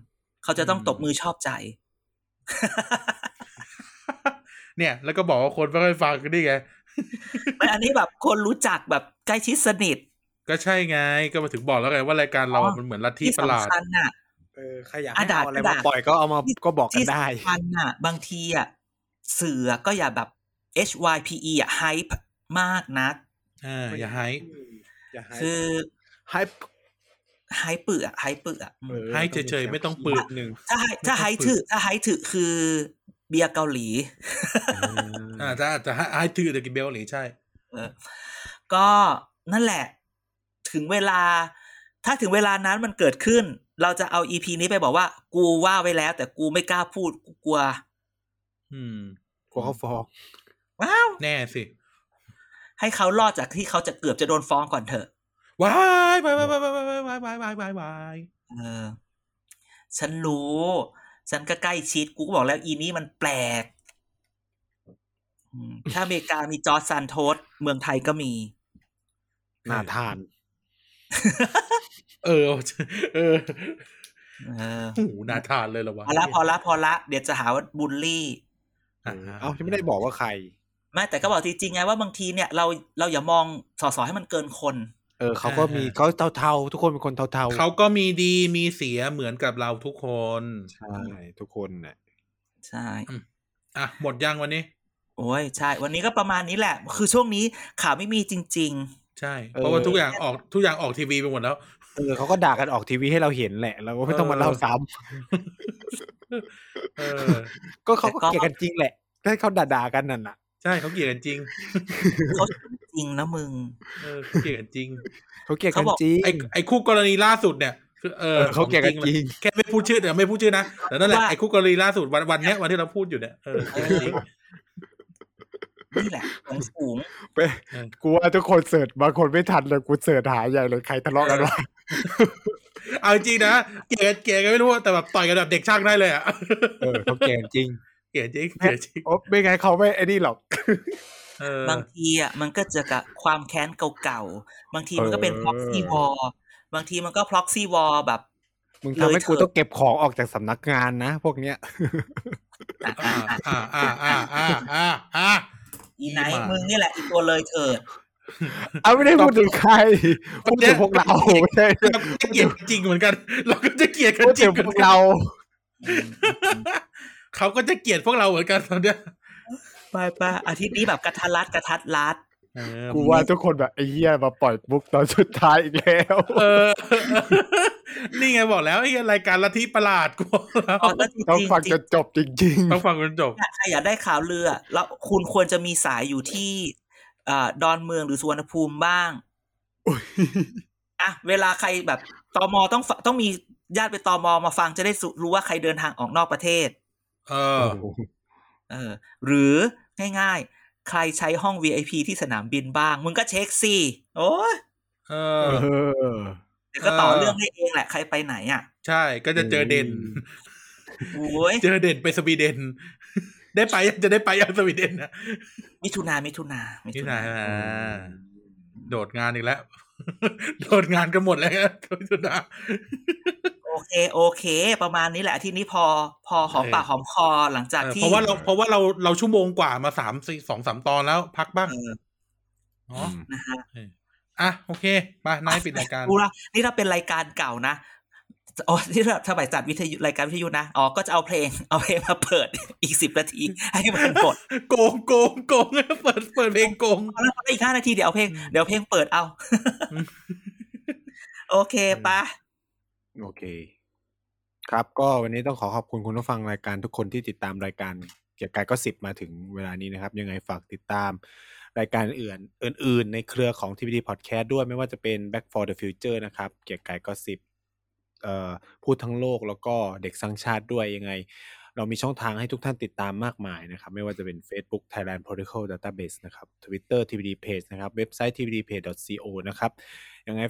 S2: เขาจะต้องตบมือชอบใจ
S1: เนี่ยแล้วก็บอกว่าคนไม่ค่อยฟังก็นี่ไง
S2: ไม่อันนี้แบบคนรู้จักแบบใกล้ชิดสนิท
S1: ก็ใช่ไงก็มาถึงบอกแล้วไงว่ารายการเรา
S2: อ๋
S1: อ่ะ
S2: อ
S1: มันเหมือนลัทธิ
S2: ที่
S1: ประหลาด
S2: สำคัญน่ะ
S3: เออใครอยาก
S2: อ่ะ
S3: ให้
S2: ด่า
S3: เอาอะไร
S2: ด่า
S3: มาปล่อยก็เอามาก็บอกกัน
S2: ที่
S3: ได้
S2: สำคัญน่ะ บางทีอ่ะสื่อก็อย่าแบบ HYPE อ่ะไฮป์มากนัก
S1: อ่าอย่าไฮป์
S3: อย่าให้
S2: คือ
S3: ให้
S2: ไฮเปื่อะไฮเปื่อะ
S3: เออ
S1: ไฮป์เฉยๆไม่ต้องปืดหนึ่ง
S2: ถ้าไฮถ้าไฮถือถ้าไฮถือคือเบียร์เกาหลี
S1: อ่าจะจะไฮป์ถือเดอะกิเบลหรือใช่
S2: เออก็นั่นแหละ ถึงเวลา ถ้าถึงเวลานั้นมันเกิดขึ้น เราจะเอาอีพีนี้ไปบอกว่า กูว่าไว้แล้ว แต่กูไม่กล้าพูดกูกลัว
S1: อืม
S3: กลัวเขาฟ้อง
S2: ว้าว
S1: แน่สิ
S2: ให้เขารอดจากที่เขาจะเกือบจะโดนฟ้องก่อนเถอะ
S1: วายวายวายวายวายวายวายวายวายวาย
S2: เออ ฉันรู้ ฉันก็ใกล้ชิด กูก็บอกแล้วอีนี้มันแปลกอืมถ้าอเมริกามีจอร์จซานโทสเมืองไทยก็มี
S3: น่าทาน
S1: เออ เออ
S2: เออ
S1: โอ้โหูน่าทานเลยเหรอวะ
S2: พอละพอละพอละ เดี๋ยวจะหาว่าบูลลี่
S1: อ่ะ
S3: เอ้ายังไม่ได้บอกว่าใคร
S2: ไม่แต่ก็บอกจริงๆไงว่าบางทีเนี่ยเราเราอย่ามองสอสอให้มันเกินคน
S3: เออเขาก็มีเขาเทาๆ ทุกคนเป็นคนเทาๆ
S1: เขาก็มีดีมีเสียเหมือนกับเราทุกคน
S3: ใช่ทุกคนน่ะ
S2: ใช่
S1: อ่ะ หมดยังวันนี้
S2: โอ้ยใช่ วันนี้ก็ประมาณนี้แหละ คือช่วงนี้ข่าวไม่มีจริง
S1: ใช่
S3: เออ
S1: เพราะว่าทุกอย่างออกทุกอย่างออกทีวีไปหมดแล้ว
S3: เออเขาก็ด่ากันออกทีวีให้เราเห็นแหละเราก็ไม่ต้องมาเล่าซ้
S1: เออ
S3: ำก็เขาก็
S2: แต่ก็
S3: เกลียดกันจริงแหละถ้าเขาด่าๆกันนั่นน่ะ
S1: ใช่เขาเกลียดกันจริง
S2: ๆเขาจริงนะมึง
S1: เออเขาเกลียดกันจริง
S3: เขาเกลียดกันจริง
S1: ไอไอคู่กรณีล่าสุดเนี่ยคือเออ
S3: เออเขาเกลียดกันจริง
S1: แค่ไม่พูดชื่อแต่ไม่พูดชื่อนะแต่นั่นแหละ
S2: ว่า
S1: ไอคู่กรณีล่าสุดวันวันเนี้ยวันที่เราพูดอยู่เนี่ยเออเกลียดกันจริง
S2: นี่แหละของสูง
S3: เว้ย
S1: เออ
S3: กูว่าทุกคนเสิร์ชบางคนไม่ทันเลยกูเสิร์ชหาใหญ่เลยใครทะเลาะกันวะ
S1: เอาจริงนะเกลียดเกลียดกันไม่รู้แต่แบบต่อยกันแบบเด็กช่างได้เลยอ่ะ *laughs*
S3: เออเขาเกลียดจริง
S1: เกลียดจริงเกลียดจริง
S3: โอ๊ะไม่ไงนเขาไม่ไอ้นี่หรอก
S1: เออ
S2: บางทีอ่ะมันก็เจะกับความแค้นเก่าๆ บางทีมันก็เป็น
S3: เออ
S2: proxy war บางทีมันก็ proxy war แบบ
S3: มึง
S2: เลย
S3: ทำให้กู
S2: เถอะ
S3: ต้องเก็บของออกจากสำนักงานนะ พวกเนี้ย
S1: อ่าอ่าอ่าอ่าอ่าอ่าอ่า
S2: อีไน
S1: อีห
S2: ท์
S1: มามึ
S2: มึงนี่แหละอีตัวเลยเถิด
S3: เอาไม่ได้พูดถึงใครพูดถึงพวกเราไม่ใช่
S1: เราก็จะเกลียดกันจริงเหมือนกัน เราก็จะเกลียดกัน
S3: พูด
S1: จริ
S3: ถึ
S1: ง
S3: งพวกเรา
S1: เขาก็จะเกลียดพวกเราเหมือนกันตอนเนี้ย
S2: ไปปะอาทิตย์นี้แบบกระทัดรัดกระทัดรัด
S1: เออ
S3: กูว่าทุกคนแบบไอ้เหี้ยมาปล่อยมุกตอนสุดท้ายอีกแล้ว
S1: เออ นี่ไงบอกแล้วไอ้เหี้ยรายการลัทธิประหลาดกูแล้ว
S2: อ๋อแล้วจ
S3: ต้อง
S2: ริง
S3: ฟัง
S2: ๆจ
S3: จ
S2: ริง
S3: นจบจริง
S1: ต้องฟังจนจบ
S2: ๆอะใครอยากได้ข่าวเรือ แล้วคุณควรจะมีสายอยู่ที่เอ่อดอนเมืองหรือสุวรรณภูมิบ้าง
S3: โอ้ย
S2: อ่ะเวลาใครแบบตมต้องฟต้องมีญาติไปตมมาฟังจะได้สุรู้ว่าใครเดินทางออกนอกประเทศ
S1: เอ
S3: ๆ
S1: อ
S2: เออหรือง่ายๆ ใครใช้ห้อง VIP ที่สนามบินบ้าง มึงก็เช็คสิโอ้ย
S1: เอ
S3: เอ
S1: อ
S3: อ
S2: เดี๋ยวก็ต่อ
S1: เออ
S2: เรื่องให้เองแหละใครไปไหนอ่ะ
S1: ใช่ก็จะเจอเด่น
S2: โอ้ย
S1: เจอเด่นไปสวีเดน ได้ไปจะได้ไปยังสวีเดนนะ
S2: มิถุนามิถุนามิ
S1: นี่
S2: ถุ
S1: นา
S2: นา
S1: อ่าโดดงานอีกแล้ว โดดงานกันหมดแล้วมิถุนา
S2: โอเคโอเค ประมาณนี้แหละอาที่นี้พอพอหอมปากหอมคอหลังจาก
S1: เออ
S2: ที่
S1: เพราะว่าเราเพราะว่าเราเราชั่วโมงกว่ามาสามสี่สองสามตอนแล้วพักบ้าง
S2: เออ
S1: เนาะ
S2: นะฮะ
S1: อ่ะโอเคมานายปิดรายการ
S2: กูละนี่ถ้าเป็นรายการเก่านะอ๋อที่เราสมัยจัดวิทยุรายการวิทยุนะอ๋อก็จะเอาเพลง *laughs* เอาเพลงมาเปิด อีกสิบนาที *laughs* ให้มันหมด
S1: โกงโกงโกงเปิดเปิดเพลงโกง
S2: เอาแล้วอีกห้านาทีเดี๋ยวเอาเพลงเดี๋ยวเพลงเปิดเอา
S1: อืม
S2: *laughs* โอเคปะ
S3: โอเค ครับก็วันนี้ต้องขอขอบคุณคุณผู้ฟังรายการทุกคนที่ติดตามรายการเกียร์กายก็สิบมาถึงเวลานี้นะครับ ยังไงฝากติดตามรายการอื่นอื่น ๆ ในเครือของ TPD Podcast ด้วยไม่ว่าจะเป็น Back for the Future นะครับ เกียร์กายก็สิบเอ่อพูดทั้งโลกแล้วก็เด็กสร้างชาติด้วยยังไง เรามีช่องทางให้ทุกท่านติดตามมากมายนะครับ ไม่ว่าจะเป็น Facebook Thailand Protocol Database นะครับ Twitter TPD Page นะครับ เว็บไซต์ tpdpage.co นะครับ ยังไง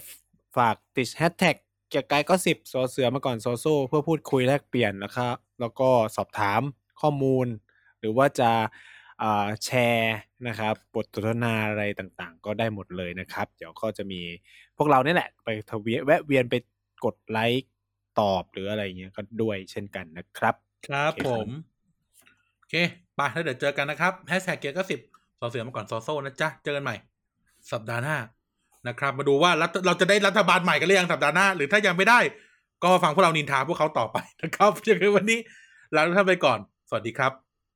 S3: ฝากติดแฮชแท็กเกียร์กายก็สิบซอเสือมาก่อนซอโซ่เพื่อพูดคุยแลกเปลี่ยนนะครับแล้วก็สอบถามข้อมูล หรือว่าจะอ่าแชร์นะครับบทสนทนาอะไรต่างๆ ก็ได้หมดเลยนะครับ เดี๋ยวก็จะมีพวกเราเนี่ยแหละ ไปทวีแวะเวียนไปกดไลค์ตอบหรืออะไรเงี้ยก็ด้วยเช่นกันนะครับ
S1: ครับ
S3: โอเคครับ
S1: ผม โอเคไปแล้วเดี๋ยวเจอกันนะครับแฮชแท็กเกียร์ก็สิบสอเสือมาก่อนซอโซ่นะจ๊ะ เจอกันใหม่ สัปดาห์หน้านะครับ มาดูว่ารัฐเราจะได้รัฐบาลใหม่กันหรือยังสัปดาห์หน้า หรือถ้ายังไม่ได้ ก็ฟังพวกเรานินทาพวกเขาต่อไป *laughs* นะครับเจอกันวันนี้ลาทุกท่านไปก่อน สวัสดีครับ